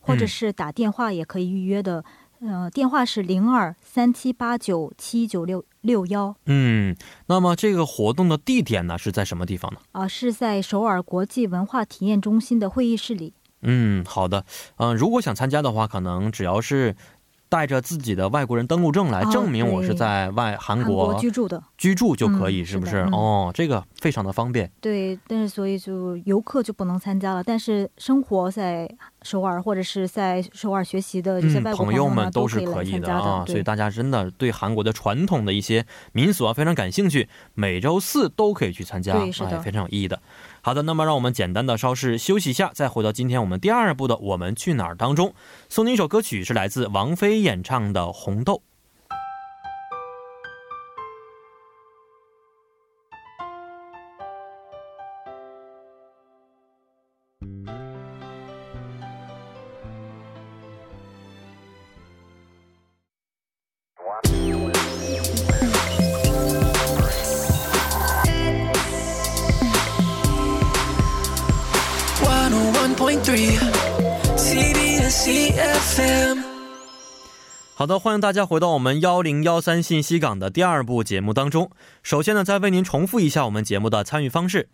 [SPEAKER 5] 或者
[SPEAKER 1] 嗯
[SPEAKER 5] 是打电话也可以预约的。呃，电话是零二三七八九七九六六幺
[SPEAKER 1] 嗯，那么这个活动的地点呢是在什么地方呢？
[SPEAKER 5] 啊，是在首尔国际文化体验中心的会议室里。
[SPEAKER 1] 嗯，好的，嗯、如果想参加的话，可能只要是带着自己的外国人登录证来
[SPEAKER 5] 哦
[SPEAKER 1] 证明我是
[SPEAKER 5] 对
[SPEAKER 1] 在外韩
[SPEAKER 5] 韩
[SPEAKER 1] 国
[SPEAKER 5] 居住的，
[SPEAKER 1] 居住就可以，
[SPEAKER 5] 嗯
[SPEAKER 1] 是不
[SPEAKER 5] 是
[SPEAKER 1] 是？
[SPEAKER 5] 的嗯
[SPEAKER 1] 哦，这个非常的方便。
[SPEAKER 5] 对，但是所以就游客就不能参加了，但是生活在首尔或者是在首尔学习的这些
[SPEAKER 1] 嗯，
[SPEAKER 5] 外国
[SPEAKER 1] 友
[SPEAKER 5] 们
[SPEAKER 1] 们
[SPEAKER 5] 都
[SPEAKER 1] 都是
[SPEAKER 5] 可
[SPEAKER 1] 可
[SPEAKER 5] 以来
[SPEAKER 1] 以
[SPEAKER 5] 参
[SPEAKER 1] 的
[SPEAKER 5] 加
[SPEAKER 1] 啊，所以
[SPEAKER 5] 对
[SPEAKER 1] 大家真的对韩国的传统的一些民俗啊非常感兴趣，每周四都可以去参加，
[SPEAKER 5] 对是的
[SPEAKER 1] 哎，非常有意义的。好的，那么让我们简单的稍事休息一下，再回到今天我们第二部的《我们去哪儿》当中，送您一首歌曲，是来自王菲演唱的《红豆》。
[SPEAKER 6] 101.3 CBS EFM
[SPEAKER 1] 好的，欢迎大家回到我们幺零幺三信息港的第二部节目当中。首先呢，再为您重复一下我们节目的参与方式，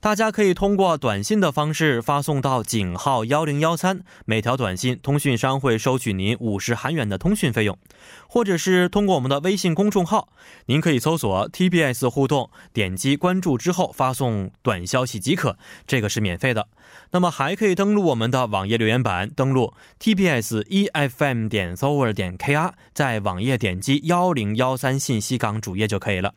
[SPEAKER 1] 大家可以通过短信的方式发送到井号幺零幺三，每条短信通讯商会收取您五十韩元的通讯费用，或者是通过我们的微信公众号，您可以搜索 TBS 互动，点击关注之后发送短消息即可，这个是免费的。那么还可以登录我们的网页留言板，登录 tbs efm E 点 s o v e r 点 kr，在网页点击幺零幺三信息港主页就可以了。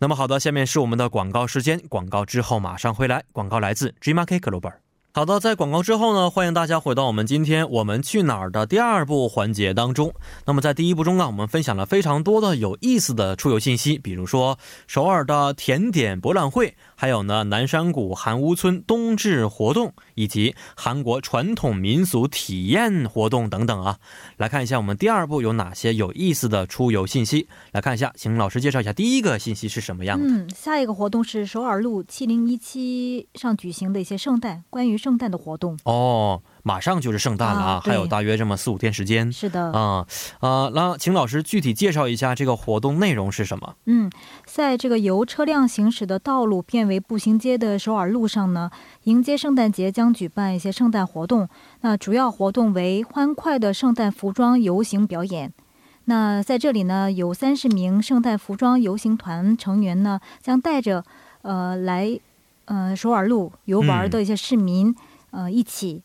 [SPEAKER 1] 那么好的，下面是我们的广告时间，广告之后马上回来。广告来自 G Market Global。好的，在广告之后呢，欢迎大家回到我们今天我们去哪儿的第二部环节当中。那么在第一部中啊，我们分享了非常多的有意思的出游信息，比如说首尔的甜点博览会，还有呢南山谷韩屋村冬至活动，以及韩国传统民俗体验活动等等啊。来看一下我们第二部有哪些有意思的出游信息。来看一下，请老师介绍一下第一个信息是什么样的。
[SPEAKER 5] 嗯，下一个活动是首尔路七零一七上举行的一些圣诞关于圣诞的活动。
[SPEAKER 1] 哦，马上就是圣诞了啊，
[SPEAKER 5] 啊对
[SPEAKER 1] 还有大约这么四五天时间。
[SPEAKER 5] 是的，
[SPEAKER 1] 啊啊，那、请老师具体介绍一下这个活动内容是什么？
[SPEAKER 5] 嗯，在这个由车辆行驶的道路变为步行街的首尔路上呢，迎接圣诞节将举办一些圣诞活动。那主要活动为欢快的圣诞服装游行表演。那在这里呢，有三十名圣诞服装游行团成员呢，将带着呃来呃首尔路游玩
[SPEAKER 1] 嗯
[SPEAKER 5] 的一些市民、呃一起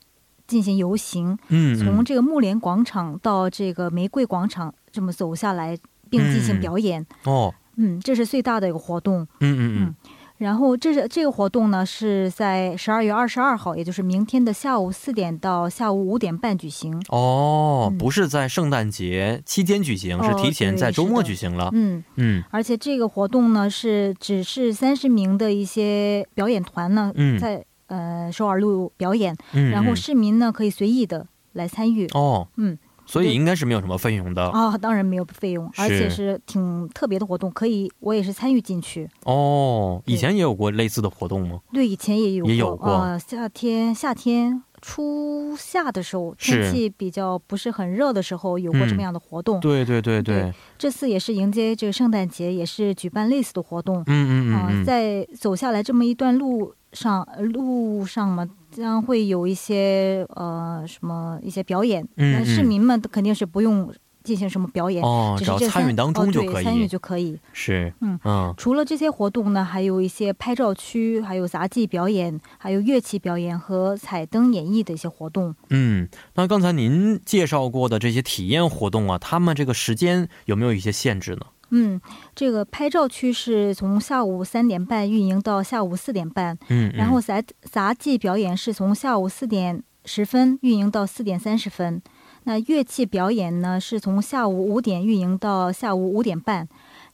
[SPEAKER 5] 进行游行。
[SPEAKER 1] 嗯，
[SPEAKER 5] 从这个木莲广场到这个玫瑰广场这么走下来，并进行表演。
[SPEAKER 1] 哦，
[SPEAKER 5] 嗯，这是最大的一个活动。
[SPEAKER 1] 嗯嗯嗯
[SPEAKER 5] 嗯，然后这是这个活动呢是在十二月二十二号，也就是明天的下午四点到下午五点半举行。
[SPEAKER 1] 哦，
[SPEAKER 5] 嗯
[SPEAKER 1] 不是在圣诞节期间举行，是
[SPEAKER 5] 哦
[SPEAKER 1] 提前
[SPEAKER 5] 对
[SPEAKER 1] 在周
[SPEAKER 5] 是
[SPEAKER 1] 末
[SPEAKER 5] 的
[SPEAKER 1] 举行了。
[SPEAKER 5] 嗯，
[SPEAKER 1] 嗯
[SPEAKER 5] 而且这个活动呢是只是三十名的一些表演团呢、
[SPEAKER 1] 嗯
[SPEAKER 5] 在呃首尔路表演，
[SPEAKER 1] 嗯，
[SPEAKER 5] 然后
[SPEAKER 1] 嗯
[SPEAKER 5] 市民呢可以随意的来参与。
[SPEAKER 1] 哦，
[SPEAKER 5] 嗯，
[SPEAKER 1] 所以
[SPEAKER 5] 对
[SPEAKER 1] 应该是没有什么费用的。
[SPEAKER 5] 啊、当然没有费用，而且是挺特别的活动，可以我也是参与进去。
[SPEAKER 1] 哦，以
[SPEAKER 5] 对
[SPEAKER 1] 前也有过类似的活动吗？
[SPEAKER 5] 对，以前也有
[SPEAKER 1] 也有过
[SPEAKER 5] 呃，夏天夏天初夏的时候，
[SPEAKER 1] 是
[SPEAKER 5] 天气比较不是很热的时候，有过
[SPEAKER 1] 嗯
[SPEAKER 5] 这么样的活动。
[SPEAKER 1] 对对对对，
[SPEAKER 5] 对这次也是迎接这个圣诞节，也是举办类似的活动。
[SPEAKER 1] 嗯嗯
[SPEAKER 5] 啊、
[SPEAKER 1] 嗯嗯，
[SPEAKER 5] 在走下来这么一段路上，呃路上嘛，将会有一些呃什么一些表演，
[SPEAKER 1] 嗯
[SPEAKER 5] 那市
[SPEAKER 1] 嗯
[SPEAKER 5] 民们肯定是不用进行什么表演，
[SPEAKER 1] 哦，
[SPEAKER 5] 只
[SPEAKER 1] 只
[SPEAKER 5] 是
[SPEAKER 1] 要
[SPEAKER 5] 这
[SPEAKER 1] 参与
[SPEAKER 5] 三
[SPEAKER 1] 当
[SPEAKER 5] 哦
[SPEAKER 1] 中就
[SPEAKER 5] 对
[SPEAKER 1] 可以，
[SPEAKER 5] 参与就可以。
[SPEAKER 1] 是，
[SPEAKER 5] 嗯
[SPEAKER 1] 嗯，
[SPEAKER 5] 除了这些活动呢，还有一些拍照区，还有杂技表演，还有乐器表演和彩灯演绎的一些活动。
[SPEAKER 1] 嗯，那刚才您介绍过的这些体验活动啊，他们这个时间有没有一些限制呢？
[SPEAKER 5] 嗯，这个拍照区是从下午三点半运营到下午四点半，
[SPEAKER 1] 嗯，嗯
[SPEAKER 5] 然后杂杂技表演是从下午四点十分运营到四点三十分。那乐器表演呢是从下午五点运营到下午五点半，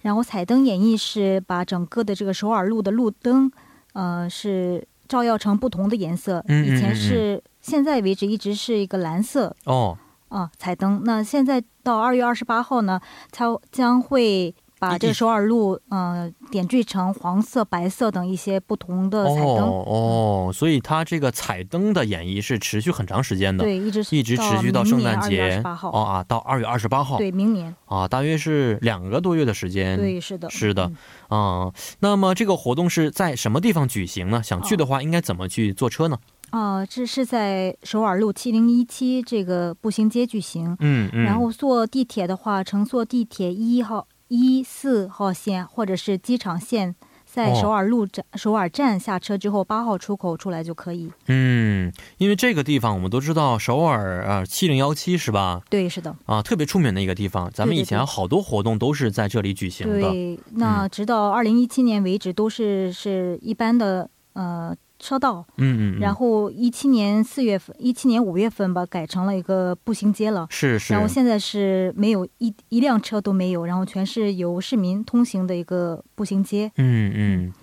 [SPEAKER 5] 然后彩灯演绎是把整个的这个首尔路的路灯，呃，是照耀成不同的颜色。
[SPEAKER 1] 嗯嗯
[SPEAKER 5] 以
[SPEAKER 1] 嗯嗯
[SPEAKER 5] 前是现在为止一直是一个蓝色
[SPEAKER 1] 哦，
[SPEAKER 5] 啊、彩灯。那现在到二月二十八号呢，它将会把这个首尔路呃点缀成黄色、白色等一些不同的彩灯。
[SPEAKER 1] 哦哦，所以它这个彩灯的演绎是持续很长时间的，
[SPEAKER 5] 对，一直是
[SPEAKER 1] 一直持续到圣诞节，
[SPEAKER 5] 八号、
[SPEAKER 1] 哦啊，到二月二十八号，
[SPEAKER 5] 对，明年，
[SPEAKER 1] 啊，大约是两个多月的时间，
[SPEAKER 5] 对，是的，
[SPEAKER 1] 是的
[SPEAKER 5] 嗯，
[SPEAKER 1] 啊、那么这个活动是在什么地方举行呢？想去
[SPEAKER 5] 哦
[SPEAKER 1] 的话，应该怎么去坐车呢？
[SPEAKER 5] 啊、这是在首尔路七零一七这个步行街举行，
[SPEAKER 1] 嗯嗯
[SPEAKER 5] 然后坐地铁的话，乘坐地铁一号一四号线或者是机场线。在
[SPEAKER 1] 哦
[SPEAKER 5] 首尔路站、首尔站下车之后，八号出口出来就可以。
[SPEAKER 1] 嗯，因为这个地方我们都知道，首尔啊七零幺七是吧？
[SPEAKER 5] 对，是的，
[SPEAKER 1] 啊，特别出名的一个地方，咱们
[SPEAKER 5] 对对
[SPEAKER 1] 以前
[SPEAKER 5] 对
[SPEAKER 1] 好多活动都是在这里举行的。嗯
[SPEAKER 5] 对。那直到二零一七年为止，都是是一般的呃车道，
[SPEAKER 1] 嗯嗯，嗯
[SPEAKER 5] 然后一七年四月份、一七年五月份吧，改成了一个步行街了。
[SPEAKER 1] 是是
[SPEAKER 5] 然后现在是没有一一辆车都没有，然后全是由市民通行的一个步行街。
[SPEAKER 1] 嗯嗯，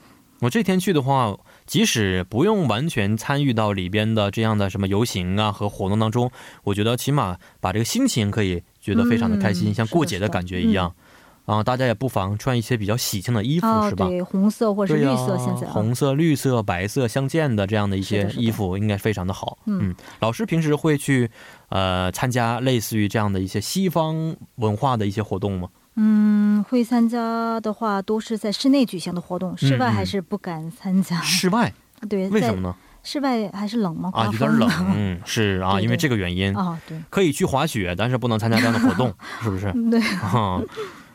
[SPEAKER 1] 我这天去的话，即使不用完全参与到里边的这样的什么游行啊和活动当中，我觉得起码把这个心情可以觉得非常的开心，
[SPEAKER 5] 嗯
[SPEAKER 1] 像
[SPEAKER 5] 是的
[SPEAKER 1] 过节的
[SPEAKER 5] 是的嗯
[SPEAKER 1] 感觉一样。啊，大家也不妨穿一些比较喜庆的衣服，
[SPEAKER 5] 哦，
[SPEAKER 1] 是吧？
[SPEAKER 5] 对，红色或者是
[SPEAKER 1] 对
[SPEAKER 5] 绿
[SPEAKER 1] 呀
[SPEAKER 5] 色，现在、啊、
[SPEAKER 1] 红色、绿色、白色相间的这样的一
[SPEAKER 5] 是
[SPEAKER 1] 些
[SPEAKER 5] 的是的
[SPEAKER 1] 衣服，应该非常的好。
[SPEAKER 5] 嗯
[SPEAKER 1] 老师平时会去呃参加类似于这样的一些西方文化的一些活动吗？
[SPEAKER 5] 嗯，会参加的话都是在室内举行的活动，室外
[SPEAKER 1] 嗯
[SPEAKER 5] 还是不敢参加。
[SPEAKER 1] 室外
[SPEAKER 5] 对，
[SPEAKER 1] 为
[SPEAKER 5] 啊在
[SPEAKER 1] 什么呢？
[SPEAKER 5] 室外还是冷吗？
[SPEAKER 1] 啊，
[SPEAKER 5] 刮
[SPEAKER 1] 有点
[SPEAKER 5] 风，
[SPEAKER 1] 冷嗯，是啊，
[SPEAKER 5] 对对
[SPEAKER 1] 因为这个原因，
[SPEAKER 5] 啊，对，
[SPEAKER 1] 可以去滑雪，但是不能参加这样的活 动，是不是？
[SPEAKER 5] 嗯对，
[SPEAKER 1] 啊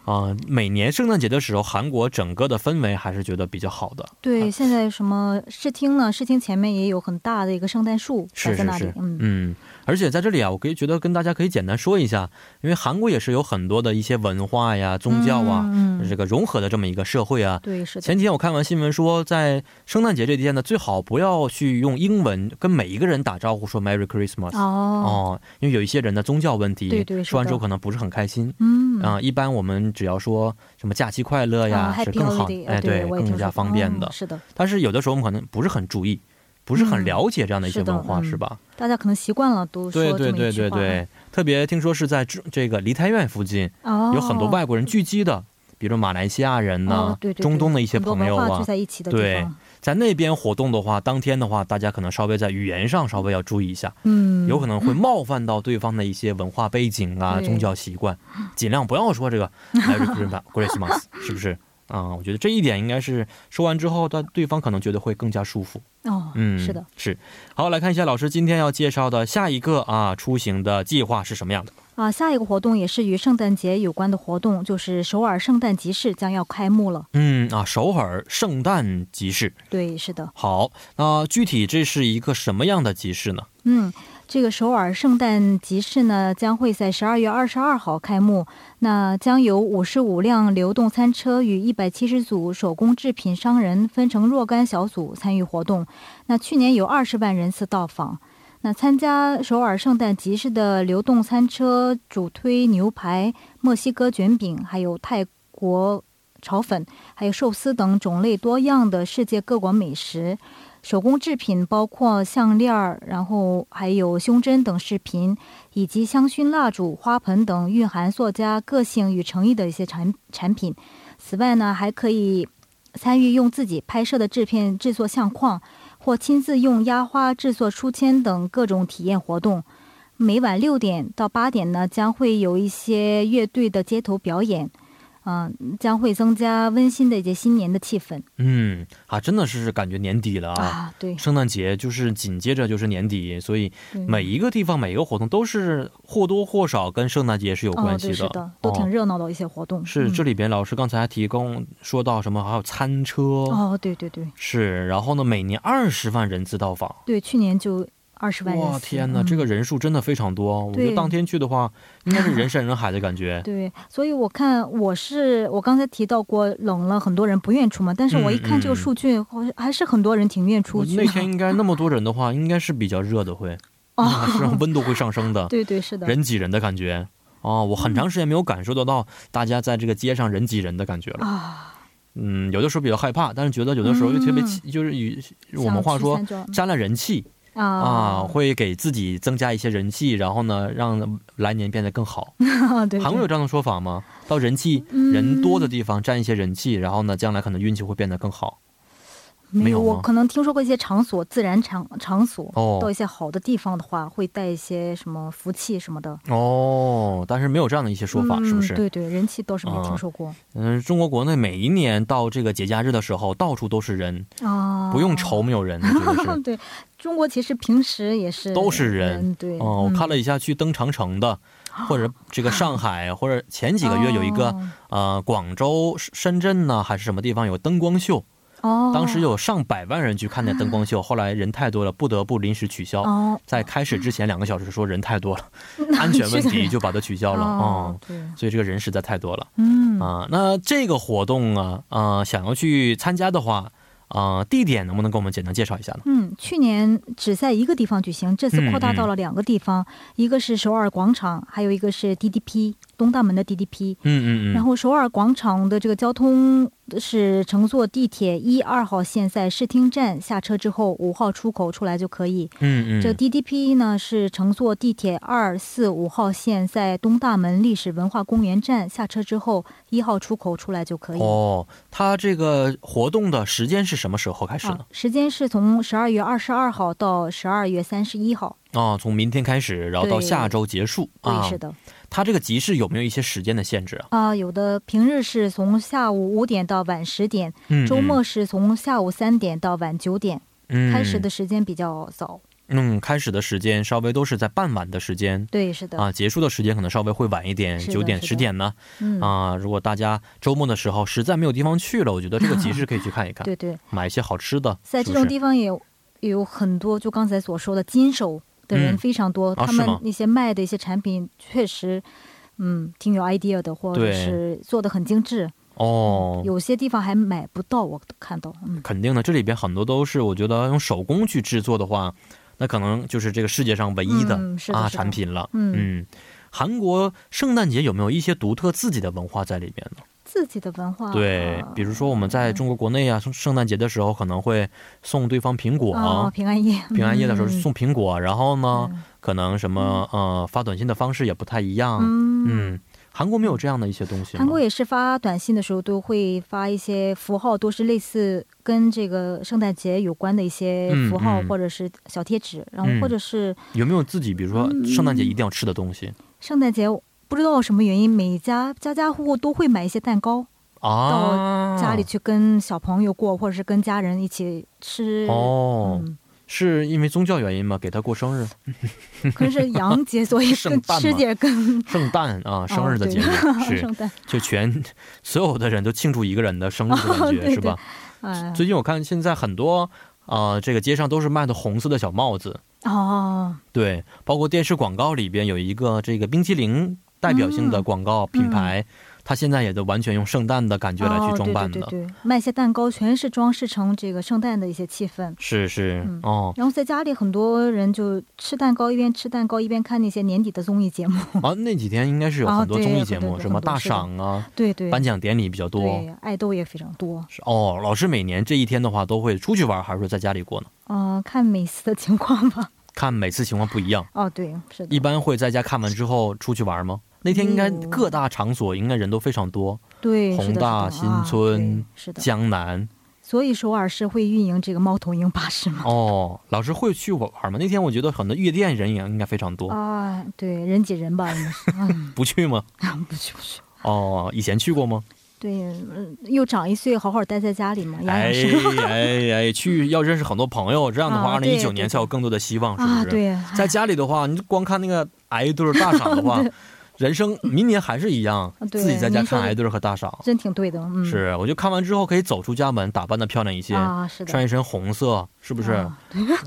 [SPEAKER 1] 啊，每年圣诞节的时候，韩国整个的氛围还是觉得比较好的，
[SPEAKER 5] 对，现在什么试听呢？试听前面也有很大的一个圣诞树摆
[SPEAKER 1] 是
[SPEAKER 5] 在
[SPEAKER 1] 是
[SPEAKER 5] 那里，
[SPEAKER 1] 是，
[SPEAKER 5] 嗯。
[SPEAKER 1] 嗯，而且在这里啊，我可以觉得跟大家可以简单说一下，因为韩国也是有很多的一些文化呀、宗教啊，
[SPEAKER 5] 嗯嗯
[SPEAKER 1] 这个融合的这么一个社会啊。
[SPEAKER 5] 对，是的，
[SPEAKER 1] 前几天我看完新闻说，在圣诞节这天呢，最好不要去用英文跟每一个人打招呼说 “Merry Christmas”，
[SPEAKER 5] 哦，
[SPEAKER 1] 哦，因为有一些人的宗教问题，
[SPEAKER 5] 对对是的
[SPEAKER 1] 说完之后可能不是很开心。
[SPEAKER 5] 嗯
[SPEAKER 1] 啊、一般我们只要说什么假期快乐呀，
[SPEAKER 5] 啊
[SPEAKER 1] 是
[SPEAKER 5] ，Happy
[SPEAKER 1] 更好
[SPEAKER 5] Holiday，，
[SPEAKER 1] 哎，
[SPEAKER 5] 呃对，我也
[SPEAKER 1] 更
[SPEAKER 5] 听
[SPEAKER 1] 加
[SPEAKER 5] 说
[SPEAKER 1] 方便的
[SPEAKER 5] 嗯。是的，
[SPEAKER 1] 但是有的时候我们可能不是很注意，不是很
[SPEAKER 5] 嗯
[SPEAKER 1] 了解这样的一些
[SPEAKER 5] 是的
[SPEAKER 1] 文化，
[SPEAKER 5] 嗯
[SPEAKER 1] 是吧？
[SPEAKER 5] 大家可能习惯了都说
[SPEAKER 1] 对
[SPEAKER 5] 这
[SPEAKER 1] 对
[SPEAKER 5] 么一
[SPEAKER 1] 对
[SPEAKER 5] 句
[SPEAKER 1] 对
[SPEAKER 5] 话，
[SPEAKER 1] 对，特别听说是在这这个梨泰院附近
[SPEAKER 5] 哦，
[SPEAKER 1] 有很多外国人聚集的，比如马来西亚人呐、
[SPEAKER 5] 哦对对对
[SPEAKER 1] 中东的一些
[SPEAKER 5] 很多
[SPEAKER 1] 朋友
[SPEAKER 5] 文化
[SPEAKER 1] 啊
[SPEAKER 5] 聚，在一起的
[SPEAKER 1] 对
[SPEAKER 5] 地方，
[SPEAKER 1] 在那边活动的话，当天的话，大家可能稍微在语言上稍微要注意一下，
[SPEAKER 5] 嗯，
[SPEAKER 1] 有可能会冒犯到对方的一些文化背景啊、
[SPEAKER 5] 对
[SPEAKER 1] 宗教习惯，尽量不要说 这个 Merry Christmas，是不是？啊、我觉得这一点应该是说完之后，但对方可能觉得会更加舒服。
[SPEAKER 5] 哦，
[SPEAKER 1] 嗯，
[SPEAKER 5] 是的，，
[SPEAKER 1] 是。好，来看一下老师今天要介绍的下一个啊出行的计划是什么样的？
[SPEAKER 5] 啊，下一个活动也是与圣诞节有关的活动，就是首尔圣诞集市将要开幕了，
[SPEAKER 1] 嗯啊，首尔圣诞集市。
[SPEAKER 5] 对，是的，
[SPEAKER 1] 好，那具体这是一个什么样的集市呢？
[SPEAKER 5] 嗯。这个首尔圣诞集市呢，将会在十二月二十二号开幕。那将有五十五辆流动餐车与一百七十组手工制品商人分成若干小组参与活动。那去年有二十万人次到访。那参加首尔圣诞集市的流动餐车主推牛排、墨西哥卷饼，还有泰国炒粉，还有寿司等种类多样的世界各国美食。手工制品包括项链儿，然后还有胸针等饰品，以及香薰蜡烛、花盆等蕴含作家个性与诚意的一些产产品。此外呢，还可以参与用自己拍摄的制片制作相框，或亲自用压花制作书签等各种体验活动。每晚六点到八点呢，将会有一些乐队的街头表演。嗯、将会增加温馨的一些新年的气氛
[SPEAKER 1] 嗯啊，真的是感觉年底了啊。
[SPEAKER 5] 啊。对，嗯
[SPEAKER 1] 圣诞节就是紧接着就是年底，所以
[SPEAKER 5] 对
[SPEAKER 1] 每一个地方每一个活动都是或多或少跟圣诞节是有
[SPEAKER 5] 哦
[SPEAKER 1] 关系
[SPEAKER 5] 对
[SPEAKER 1] 的，
[SPEAKER 5] 是的，都挺热闹的一些活动。
[SPEAKER 1] 是
[SPEAKER 5] 嗯
[SPEAKER 1] 这里边老师刚才还提供说到什么，还有餐车、
[SPEAKER 5] 哦，对对对
[SPEAKER 1] 是，然后呢，每年二十万人次到访。
[SPEAKER 5] 对，去年就二十万人
[SPEAKER 1] 哇
[SPEAKER 5] 次。
[SPEAKER 1] 天哪、
[SPEAKER 5] 嗯
[SPEAKER 1] 这个人数真的非常多。我觉得
[SPEAKER 5] 对
[SPEAKER 1] 当天去的 话，应该是人山人海的感觉。
[SPEAKER 5] 对，所以我看我是我刚才提到过冷了，很多人不愿出门，但是我一看
[SPEAKER 1] 嗯
[SPEAKER 5] 这个
[SPEAKER 1] 嗯
[SPEAKER 5] 数据，好像还是很多人挺愿出
[SPEAKER 1] 我
[SPEAKER 5] 去
[SPEAKER 1] 那天
[SPEAKER 5] 的。
[SPEAKER 1] 应该那 么多人的话，应该是比较热的会，啊，是温度会上升的，
[SPEAKER 5] 哦 对对是的，嗯
[SPEAKER 1] 人挤人的感觉。哦，我很长时间没有感受得到大家在这个街上人挤人的感觉了。
[SPEAKER 5] 啊，
[SPEAKER 1] 嗯，有的时候比较害怕，但是觉得有的时候又特别气，就是与我们话说
[SPEAKER 5] 嗯想去三周
[SPEAKER 1] 沾了人气
[SPEAKER 5] 啊
[SPEAKER 1] 啊，会给自己增加一些人气，然后呢，让来年变得更好。
[SPEAKER 5] 啊 对对嗯
[SPEAKER 1] 韩国有这样的说法吗？到人气人多的地方占一些人气，然后呢，将来可能运气会变得更好。没
[SPEAKER 5] 没
[SPEAKER 1] 有
[SPEAKER 5] 有，我
[SPEAKER 1] 吗
[SPEAKER 5] 可能听说过一些场所，自然场场所、
[SPEAKER 1] 哦
[SPEAKER 5] 到一些好的地方的话，会带一些什么福气什么的
[SPEAKER 1] 哦，但是没有这样的一些说法，是不是？
[SPEAKER 5] 嗯？对对，人气倒是没有听说过
[SPEAKER 1] 嗯，中国国内每一年到这个节假日的时候，到处都是人，
[SPEAKER 5] 啊，
[SPEAKER 1] 不用。愁没有人，我觉得是。
[SPEAKER 5] 对，中国其实平时也是
[SPEAKER 1] 都是人
[SPEAKER 5] 对。
[SPEAKER 1] 哦，我
[SPEAKER 5] 嗯
[SPEAKER 1] 看了一下去登长城的，或者这个上海，或者前几个月有一个、呃广州、深圳呢，还是什么地方有灯光秀，
[SPEAKER 5] 哦，
[SPEAKER 1] 当时有上百万人去看那灯光秀，后来人太多了，不得不临时取消。
[SPEAKER 5] 哦，
[SPEAKER 1] 在开始之前两个小时说人太多了，
[SPEAKER 5] 那
[SPEAKER 1] 安全问
[SPEAKER 5] 这个
[SPEAKER 1] 题
[SPEAKER 5] 人
[SPEAKER 1] 就把它取消了
[SPEAKER 5] 哦
[SPEAKER 1] 嗯，
[SPEAKER 5] 对，
[SPEAKER 1] 所以这个人实在太多了
[SPEAKER 5] 嗯
[SPEAKER 1] 啊、那这个活动啊，呃，想要去参加的话，啊，地点能不能给我们简单介绍一下呢？
[SPEAKER 5] 嗯，去年只在一个地方举行，这次
[SPEAKER 1] 嗯
[SPEAKER 5] 扩大到了两个地方，一个是首尔广场，还有一个是 DDP 东大门的 DDP。
[SPEAKER 1] 嗯嗯
[SPEAKER 5] 然
[SPEAKER 1] 嗯，
[SPEAKER 5] 后首尔广场的这个交通是乘坐地铁一二号线在市厅站下车之后，五号出口出来就可以。
[SPEAKER 1] 嗯嗯，
[SPEAKER 5] 这 DDP 呢是乘坐地铁二四五号线在东大门历史文化公园站下车之后，一号出口出来就可以。
[SPEAKER 1] 哦，它这个活动的时间是什么时候开始呢
[SPEAKER 5] 啊？，时间是从十二月二十二号到十二月三十一号。
[SPEAKER 1] 啊、从明天开始，然后到下周结束
[SPEAKER 5] 对，
[SPEAKER 1] 啊
[SPEAKER 5] 是。的，
[SPEAKER 1] 它这个集市有没有一些时间的限制啊？
[SPEAKER 5] 啊、有的平日是从下午五点到晚十点，
[SPEAKER 1] 嗯，
[SPEAKER 5] 周末是从下午三点到晚九点，
[SPEAKER 1] 嗯
[SPEAKER 5] 开始的时间比较早。
[SPEAKER 1] 嗯，开始的时间稍微都是在傍晚的时间。
[SPEAKER 5] 对，是的，
[SPEAKER 1] 啊，结束的时间可能稍微会晚一点，
[SPEAKER 5] 是的
[SPEAKER 1] 九点、
[SPEAKER 5] 是的
[SPEAKER 1] 十点呢。
[SPEAKER 5] 嗯，
[SPEAKER 1] 啊，如果大家周末的时候实在没有地方去了，我觉得这个集市可以去看一看，
[SPEAKER 5] 对对，
[SPEAKER 1] 买一些好吃的。
[SPEAKER 5] 在
[SPEAKER 1] 是
[SPEAKER 5] 这
[SPEAKER 1] 不
[SPEAKER 5] 种
[SPEAKER 1] 是
[SPEAKER 5] 地方也有有很多，就刚才所说的金手的
[SPEAKER 1] 嗯
[SPEAKER 5] 人非常多，
[SPEAKER 1] 啊
[SPEAKER 5] 他
[SPEAKER 1] 是吗
[SPEAKER 5] 们那些卖的一些产品确实。嗯，挺有 idea 的，或者
[SPEAKER 1] 对
[SPEAKER 5] 是做的很精致，
[SPEAKER 1] 哦，
[SPEAKER 5] 有些地方还买不到，我看到，嗯，
[SPEAKER 1] 肯定的，这里边很多都是我觉得用手工去制作的话，那可能就是这个世界上唯一的,、
[SPEAKER 5] 嗯是的
[SPEAKER 1] 啊
[SPEAKER 5] 是的
[SPEAKER 1] 产品了。
[SPEAKER 5] 嗯
[SPEAKER 1] 韩国圣诞节有没有一些独特自己的文化在里边呢？
[SPEAKER 5] 自己的文化，
[SPEAKER 1] 对
[SPEAKER 5] 啊，
[SPEAKER 1] 比如说我们在中国国内啊，圣圣诞节的时候可能会送对方苹果，
[SPEAKER 5] 哦，平安夜，
[SPEAKER 1] 平安夜的时候
[SPEAKER 5] 嗯
[SPEAKER 1] 送苹果，然后呢，可能什么呃发短信的方式也不太一样。
[SPEAKER 5] 嗯，
[SPEAKER 1] 嗯，韩国没有这样的一些东西吗？
[SPEAKER 5] 韩国也是发短信的时候都会发一些符号，都是类似跟这个圣诞节有关的一些
[SPEAKER 1] 嗯
[SPEAKER 5] 符号
[SPEAKER 1] 嗯
[SPEAKER 5] 或者是小贴纸，然后或者是
[SPEAKER 1] 有没有自己，比如说
[SPEAKER 5] 嗯
[SPEAKER 1] 圣诞节一定要吃的东西、
[SPEAKER 5] 圣诞节。不知道什么原因，每家家家户户都会买一些蛋糕，
[SPEAKER 1] 啊？
[SPEAKER 5] 到家里去跟小朋友过，或者是跟家人一起吃。
[SPEAKER 1] 哦，
[SPEAKER 5] 嗯，
[SPEAKER 1] 是因为宗教原因吗？给他过生日，
[SPEAKER 5] 可是 洋节，所以
[SPEAKER 1] 圣
[SPEAKER 5] 跟
[SPEAKER 1] 诞嘛
[SPEAKER 5] 吃点跟
[SPEAKER 1] 圣诞啊，生日的节日、
[SPEAKER 5] 哦对
[SPEAKER 1] 是
[SPEAKER 5] 圣，诞，
[SPEAKER 1] 就全 所有的人都庆祝一个人的生日的感觉、
[SPEAKER 5] 哦对
[SPEAKER 1] 是吧？
[SPEAKER 5] 哎，
[SPEAKER 1] 最近我看现在很多呃，这个街上都是卖的红色的小帽子，
[SPEAKER 5] 哦，
[SPEAKER 1] 对，包括电视广告里边有一个这个冰淇淋代表性的
[SPEAKER 5] 嗯
[SPEAKER 1] 广告品牌，它现在也都完全用圣诞的感觉来去装扮的，
[SPEAKER 5] 哦、对对对对，卖些蛋糕全是装饰成这个圣诞的一些气氛。
[SPEAKER 1] 是是、
[SPEAKER 5] 嗯
[SPEAKER 1] 哦
[SPEAKER 5] 然后在家里，很多人就吃蛋糕，一边吃蛋糕一边看那些年底的综艺节目。
[SPEAKER 1] 啊，那几天应该是有
[SPEAKER 5] 哦
[SPEAKER 1] 很多
[SPEAKER 5] 对
[SPEAKER 1] 综艺
[SPEAKER 5] 有
[SPEAKER 1] 节
[SPEAKER 5] 很多
[SPEAKER 1] 目，
[SPEAKER 5] 有
[SPEAKER 1] 什么
[SPEAKER 5] 很多
[SPEAKER 1] 大
[SPEAKER 5] 是的
[SPEAKER 1] 赏啊、
[SPEAKER 5] 对对，
[SPEAKER 1] 颁奖典礼比较多。
[SPEAKER 5] 对爱豆也非常多。
[SPEAKER 1] 是哦，老师每年这一天的话，都会出去玩，还是说在家里过呢？
[SPEAKER 5] 嗯、看每次的情况吧。
[SPEAKER 1] 看每次情况不一样，
[SPEAKER 5] 哦，对，是的
[SPEAKER 1] 一，般会在家看完之后出去玩吗？那天应该
[SPEAKER 5] 嗯
[SPEAKER 1] 各大场所应该人都非常多，
[SPEAKER 5] 对，
[SPEAKER 1] 宏
[SPEAKER 5] 是的
[SPEAKER 1] 大
[SPEAKER 5] 是的啊
[SPEAKER 1] 新村
[SPEAKER 5] 对是的。
[SPEAKER 1] 江南
[SPEAKER 5] 所以首尔市会运营这个猫头鹰巴 士吗？
[SPEAKER 1] 哦，老师会去玩吗？那天我觉得很多夜
[SPEAKER 5] 啊
[SPEAKER 1] 店人也应该非常多，
[SPEAKER 5] 啊，对，人挤人吧，应该是。嗯，
[SPEAKER 1] 不去吗？
[SPEAKER 5] 不去不去。
[SPEAKER 1] 哦，以前去过 吗？
[SPEAKER 5] 对，嗯又长一岁，好好待在家里嘛，养
[SPEAKER 1] 哎
[SPEAKER 5] 养生、
[SPEAKER 1] 哎哎，去要认识很多朋友，这样的话，
[SPEAKER 5] 啊
[SPEAKER 1] 二零
[SPEAKER 5] 对
[SPEAKER 1] 一九年才有更多的希望，是不是？
[SPEAKER 5] 啊。对，
[SPEAKER 1] 在家里的话，你光看那个挨对儿大赏的 话，人生明年还是一样，
[SPEAKER 5] 啊对
[SPEAKER 1] 自己在家
[SPEAKER 5] 您说
[SPEAKER 1] 看
[SPEAKER 5] 的
[SPEAKER 1] 挨对儿和大赏。
[SPEAKER 5] 真挺对的，嗯，
[SPEAKER 1] 是，我就看完之后可以走出家门，打扮的漂亮一些，
[SPEAKER 5] 啊，是的，
[SPEAKER 1] 穿一身红色，是不是？
[SPEAKER 5] 啊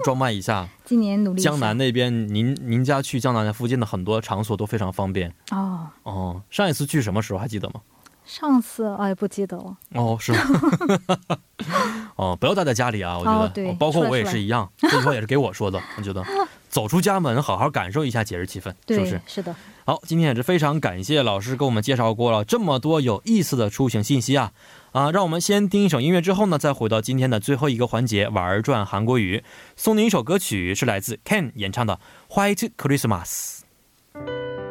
[SPEAKER 1] 装扮一 下。
[SPEAKER 5] 今年努力一下
[SPEAKER 1] 江南那边，您您家去江南附近的很多场所都非常方便。
[SPEAKER 5] 哦，
[SPEAKER 1] 哦，上一次去什么时候还记得吗？
[SPEAKER 5] 上次哎不记得了，
[SPEAKER 1] 哦，是吗？ 哦，不要待在家里啊！我觉
[SPEAKER 5] 哦
[SPEAKER 1] 得，
[SPEAKER 5] 对
[SPEAKER 1] 包括我也
[SPEAKER 5] 出来出
[SPEAKER 1] 是
[SPEAKER 5] 来
[SPEAKER 1] 一 样，这句话也是给我说的。我觉得，走出家门，好好感受一下节日气氛，
[SPEAKER 5] 对，
[SPEAKER 1] 是不是？
[SPEAKER 5] 的，
[SPEAKER 1] 好，今天也是非常感谢老师给我们介绍过了这么多有意思的出行信息啊！啊，让我们先听一首音乐，之后呢，再回到今天的最后一个环节——玩转韩国语。送您一首歌曲，是来自 Ken 演唱的《White Christmas》。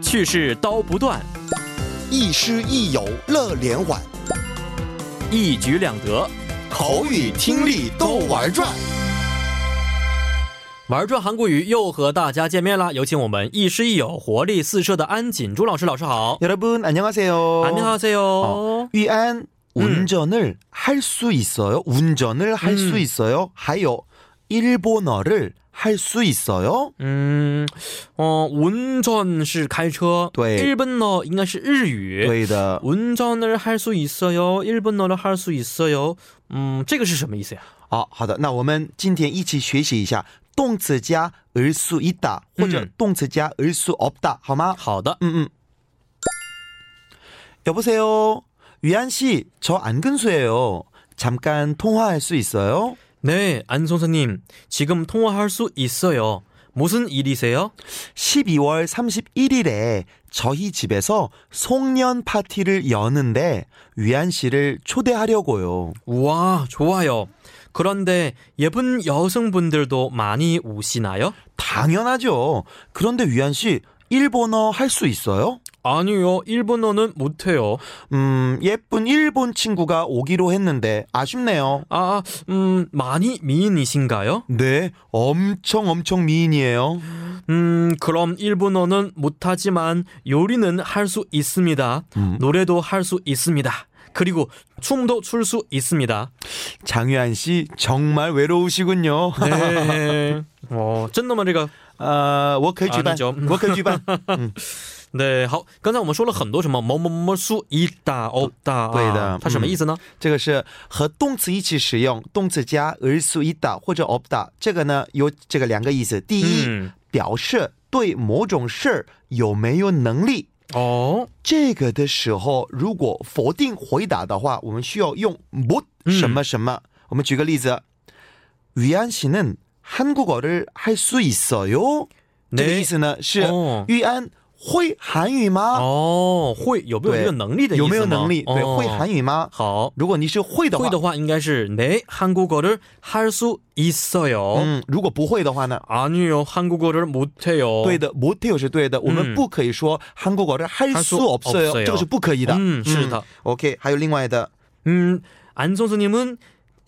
[SPEAKER 1] 去世刀不断，
[SPEAKER 6] 亦师亦友乐连环，
[SPEAKER 1] 一举两得。
[SPEAKER 6] 口语听力都玩转。
[SPEAKER 1] 玩转韩国语又和大家见面啦！有请我们亦师亦友、活力四射的安锦珠老师，老师好。啊
[SPEAKER 7] 여러분
[SPEAKER 1] 哦
[SPEAKER 7] 안녕하세요.
[SPEAKER 1] 안녕하세요.
[SPEAKER 7] 위안 운전을 할 수 있어요. 운전을 할 수
[SPEAKER 1] 음.
[SPEAKER 7] 있어요. 하요 일본어를 할 수 있어요.
[SPEAKER 1] 음, 어, 운전 哦是开车
[SPEAKER 7] 对。
[SPEAKER 1] 일본어 应该是日语
[SPEAKER 7] 对的.
[SPEAKER 1] 운전을 할 수 있어요. 일본어를 할 수 있어요. 음, 嗯这个是什么意思呀？
[SPEAKER 7] 啊，好的，那我们今天一起学习一下动词加 er su i da，或者
[SPEAKER 1] 嗯
[SPEAKER 7] 动词加 er su o da，好吗？
[SPEAKER 1] 好的，
[SPEAKER 7] 음, 음. 여보세요. 위안 씨, 저 안근수예요. 잠깐 통화할 수 있어요?
[SPEAKER 1] 네, 안 선생님. 지금 통화할 수 있어요. 무슨 일이세요?
[SPEAKER 7] 12월 31일에 저희 집에서 송년 파티를 여는데 위안 씨를 초대하려고요.
[SPEAKER 1] 와, 좋아요. 그런데 예쁜 여성분들도 많이 오시나요?
[SPEAKER 7] 당연하죠. 그런데 위안 씨 일본어 할 수 있어요?
[SPEAKER 1] 아니요, 일본어는 못해요.
[SPEAKER 7] 음, 예쁜 일본 친구가 오기로 했는데 아쉽네요.
[SPEAKER 1] 아, 음, 많이 미인이신가요?
[SPEAKER 7] 네, 엄청 엄청 미인이에요.
[SPEAKER 1] 음, 그럼 일본어는 못하지만 요리는 할 수 있습니다. 노래도 할 수 있습니다. 그리고 춤도 출 수 있습니다.
[SPEAKER 7] 장유한 씨 정말 외로우시군요.
[SPEAKER 1] 네. 어, 真的吗?这个
[SPEAKER 7] 아, 워크 주반,
[SPEAKER 1] 아니죠.
[SPEAKER 7] 워크 주반.
[SPEAKER 1] 네, 好,刚才我们说了很多什么뭐뭐뭐수 있다, 없다.
[SPEAKER 7] 对的，
[SPEAKER 1] 它什么意思呢?
[SPEAKER 7] 这个是和动词一起使用，动词加 er su i da 或者 o p da，这个呢有这个两个意思。第一，
[SPEAKER 1] 嗯
[SPEAKER 7] 表示对某种事儿有没有能力。
[SPEAKER 1] 어,
[SPEAKER 7] 这个的时候，如果否定回答的话，我们需要用 못
[SPEAKER 1] 嗯
[SPEAKER 7] 什么什么。我们举个例子，위안씨는한국어를할수있어요。这个
[SPEAKER 1] 네.
[SPEAKER 7] 意思呢是
[SPEAKER 1] 哦
[SPEAKER 7] 玉安会韩语吗？
[SPEAKER 1] 어, 会有没
[SPEAKER 7] 네.
[SPEAKER 1] 有这个能力的意思
[SPEAKER 7] 有没有能力？对，会韩
[SPEAKER 1] 语
[SPEAKER 7] 语吗？
[SPEAKER 1] 好
[SPEAKER 7] 如果你是会的话，
[SPEAKER 1] 会的话应该是네한국어를할 수 있어요.
[SPEAKER 7] 嗯，如果不会的话呢？
[SPEAKER 1] 아니요, 한국어를 못해요.
[SPEAKER 7] 对的，못해요是对的，我们
[SPEAKER 1] 嗯
[SPEAKER 7] 不可以说韩国国的할수
[SPEAKER 1] 할수
[SPEAKER 7] 없어요
[SPEAKER 1] 없어요
[SPEAKER 7] 这个是不可以的。
[SPEAKER 1] 음, 是的.
[SPEAKER 7] OK，还有另外的
[SPEAKER 1] 음, 안 선수님은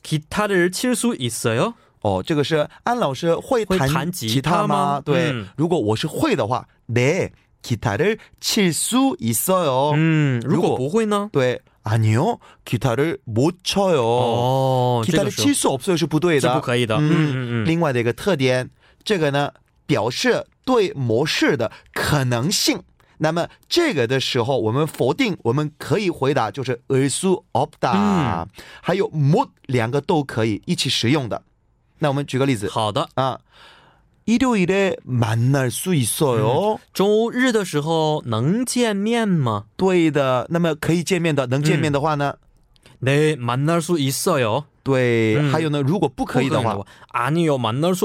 [SPEAKER 1] 기타를 칠 수 있어요?
[SPEAKER 7] 哦，这个是安老师会
[SPEAKER 1] 会
[SPEAKER 7] 弹
[SPEAKER 1] 弹吉
[SPEAKER 7] 吉
[SPEAKER 1] 他吗
[SPEAKER 7] 他吗？对、
[SPEAKER 1] 嗯
[SPEAKER 7] 如果我是会的话，네기타를칠수있어요。
[SPEAKER 1] 음,
[SPEAKER 7] 如果-
[SPEAKER 1] 如果不会呢?
[SPEAKER 7] 对，아니요기타를못쳐요。
[SPEAKER 1] 어,
[SPEAKER 7] 吉他的七수없어요是不对
[SPEAKER 1] 是
[SPEAKER 7] 的，
[SPEAKER 1] 不可以的嗯嗯嗯
[SPEAKER 7] 另外的一个特点，这个呢表示对模式的可能性。那么这个的时候，我们否定，我们可以回答就是 e su opta，、
[SPEAKER 1] 嗯
[SPEAKER 7] 还有 mo 两个都可以一起使用的。那我们举个例子啊，일요일에만날수있어요。
[SPEAKER 1] 嗯好的,周日的时候能见面吗?
[SPEAKER 7] 对的，那么可以见面的，能见面的话
[SPEAKER 1] 嗯
[SPEAKER 7] 呢？
[SPEAKER 1] 네, 만날 수 있어요.
[SPEAKER 7] 对、
[SPEAKER 1] 嗯
[SPEAKER 7] 还有呢，如果不可以的话，
[SPEAKER 1] 혹은 아니요, 만날 수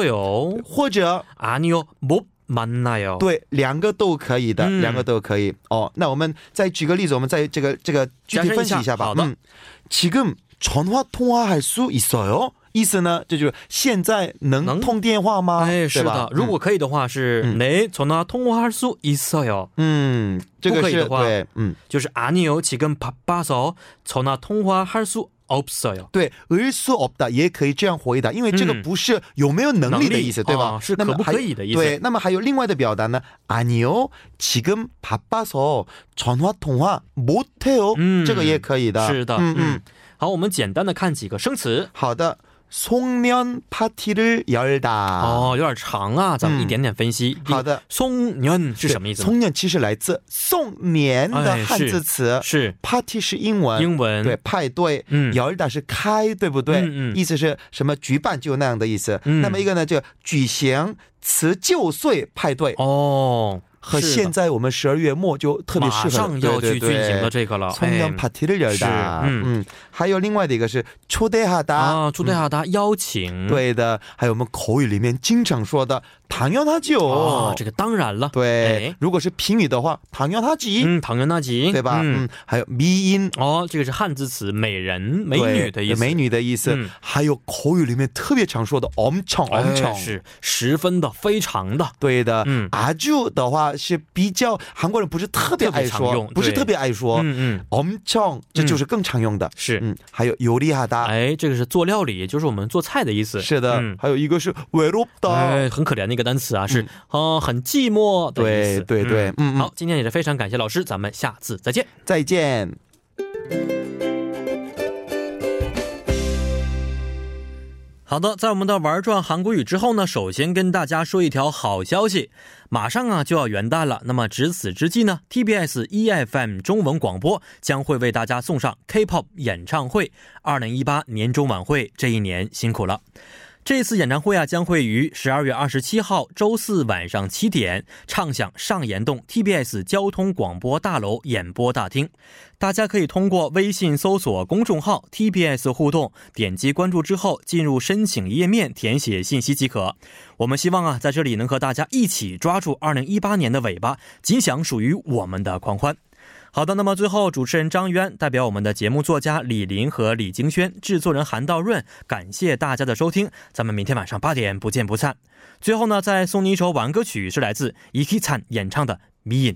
[SPEAKER 1] 없어요.
[SPEAKER 7] 或者
[SPEAKER 1] 아니요, 못 만나요.
[SPEAKER 7] 对，两个都可以的，
[SPEAKER 1] 嗯
[SPEAKER 7] 两个都可以。哦，那我们再举个例子，我们再这个这个具体分析一下吧。
[SPEAKER 1] 加深一下好的
[SPEAKER 7] 嗯，지금전화통화할수있어요？ 意思呢，这就是现在能
[SPEAKER 1] 能
[SPEAKER 7] 通电话吗？
[SPEAKER 1] 哎， 네， 是
[SPEAKER 7] 对
[SPEAKER 1] 的，
[SPEAKER 7] 吧
[SPEAKER 1] 如果可以的话是
[SPEAKER 7] 嗯
[SPEAKER 1] 네、 전화통화할수있어요，
[SPEAKER 7] 嗯，嗯这
[SPEAKER 1] 不
[SPEAKER 7] 个
[SPEAKER 1] 可以
[SPEAKER 7] 是
[SPEAKER 1] 的话
[SPEAKER 7] 对，嗯。
[SPEAKER 1] 就是아니요지금바빠서전화통화할수없어요。
[SPEAKER 7] 对，을수없다也可以这样回答，因为这个
[SPEAKER 1] 嗯
[SPEAKER 7] 不是有没有能力的意思，
[SPEAKER 1] 能力
[SPEAKER 7] 对吧？
[SPEAKER 1] 哦是
[SPEAKER 7] 那么
[SPEAKER 1] 可不
[SPEAKER 7] 还
[SPEAKER 1] 可以的意思
[SPEAKER 7] 对，那么还有另外的表达呢，아니요지금바빠서전화통화못해요，
[SPEAKER 1] 嗯
[SPEAKER 7] 这个也可以的。
[SPEAKER 1] 是的，
[SPEAKER 7] 嗯嗯
[SPEAKER 1] 嗯，。好，我们简单的看几个生词。
[SPEAKER 7] 好的，송년파티를열다。
[SPEAKER 1] 哦，有点长啊，咱们
[SPEAKER 7] 嗯
[SPEAKER 1] 一点点分析。
[SPEAKER 7] 好的，
[SPEAKER 1] 송년是
[SPEAKER 7] 对，
[SPEAKER 1] 什么意思呢？
[SPEAKER 7] 송년其实来自送年
[SPEAKER 1] 哎
[SPEAKER 7] 的汉字词
[SPEAKER 1] 是
[SPEAKER 7] ，party 是英文，
[SPEAKER 1] 英文，
[SPEAKER 7] 对，派对，
[SPEAKER 1] 嗯
[SPEAKER 7] 摇一打是开，对不对？
[SPEAKER 1] 嗯嗯
[SPEAKER 7] 意思是什么？举办就那样的意思。
[SPEAKER 1] 嗯
[SPEAKER 7] 那么一个呢，就举行辞旧岁派对，
[SPEAKER 1] 哦，
[SPEAKER 7] 和
[SPEAKER 1] 是的
[SPEAKER 7] 现在我们十二月末就特别适合，
[SPEAKER 1] 马上要去进行的
[SPEAKER 7] 这。
[SPEAKER 1] 这个了，哎
[SPEAKER 7] 葱姜 party 的人
[SPEAKER 1] 是
[SPEAKER 7] 的，
[SPEAKER 1] 嗯
[SPEAKER 7] 嗯，还有另外的一个是초대하다，
[SPEAKER 1] 啊，朱对哈达邀请，
[SPEAKER 7] 嗯对的，还有我们口语里面经常说的당연하죠，
[SPEAKER 1] 哦，这个当然了，
[SPEAKER 7] 对
[SPEAKER 1] 哎，
[SPEAKER 7] 如果是评语的话，당연하지，
[SPEAKER 1] 嗯，唐人那集
[SPEAKER 7] 对吧？
[SPEAKER 1] 嗯
[SPEAKER 7] 嗯，还有미인，
[SPEAKER 1] 哦，这个是汉字词，美人、美
[SPEAKER 7] 对
[SPEAKER 1] 女的意思，
[SPEAKER 7] 美女的意思，
[SPEAKER 1] 嗯
[SPEAKER 7] 还有口语里面特别常说的엄청
[SPEAKER 1] 哎，
[SPEAKER 7] 엄청，
[SPEAKER 1] 是十分的、非常的，
[SPEAKER 7] 对的。
[SPEAKER 1] 嗯
[SPEAKER 7] 阿舅的话是比较韩国人不是特别爱
[SPEAKER 1] 特别常
[SPEAKER 7] 说
[SPEAKER 1] 用，
[SPEAKER 7] 不是
[SPEAKER 1] 对
[SPEAKER 7] 特别爱说
[SPEAKER 1] 嗯嗯，
[SPEAKER 7] 엄청，这就是更常用的。
[SPEAKER 1] 是，
[SPEAKER 7] 嗯，还有요리하다，
[SPEAKER 1] 哎，这个是做料理，也就是我们做菜的意思，
[SPEAKER 7] 是的
[SPEAKER 1] 嗯，
[SPEAKER 7] 还有一个是외롭다，
[SPEAKER 1] 哎，很可怜的一个单词啊，是，呃，很寂寞的意
[SPEAKER 7] 对
[SPEAKER 1] 思
[SPEAKER 7] 嗯对对，嗯嗯
[SPEAKER 1] 好，，今天也是非常感谢老师，咱们下次再见。
[SPEAKER 7] 再见。
[SPEAKER 1] 好的，在我们的玩转韩国语之后呢，首先跟大家说一条好消息，马上啊就要元旦了。那么值此之际呢，TBS EFM E 中文广播将会为大家送上 K-pop 演唱会二零一八年中晚会，这一年辛苦了。这次演唱会啊，将会于十二月二十七号周四晚上七点，唱响上岩洞 TBS 交通广播大楼演播大厅。大家可以通过微信搜索公众号 TBS 互动，点击关注之后进入申请页面填写信息即可。我们希望啊，在这里能和大家一起抓住2018年的尾巴，尽享属于我们的狂欢。好的，那么最后，主持人张渊代表我们的节目作家李林和李京轩，制作人韩道润，感谢大家的收听，咱们明天晚上八点不见不散。最后呢，再送你一首晚歌曲，是来自 Iki Chan 演唱的《迷影》。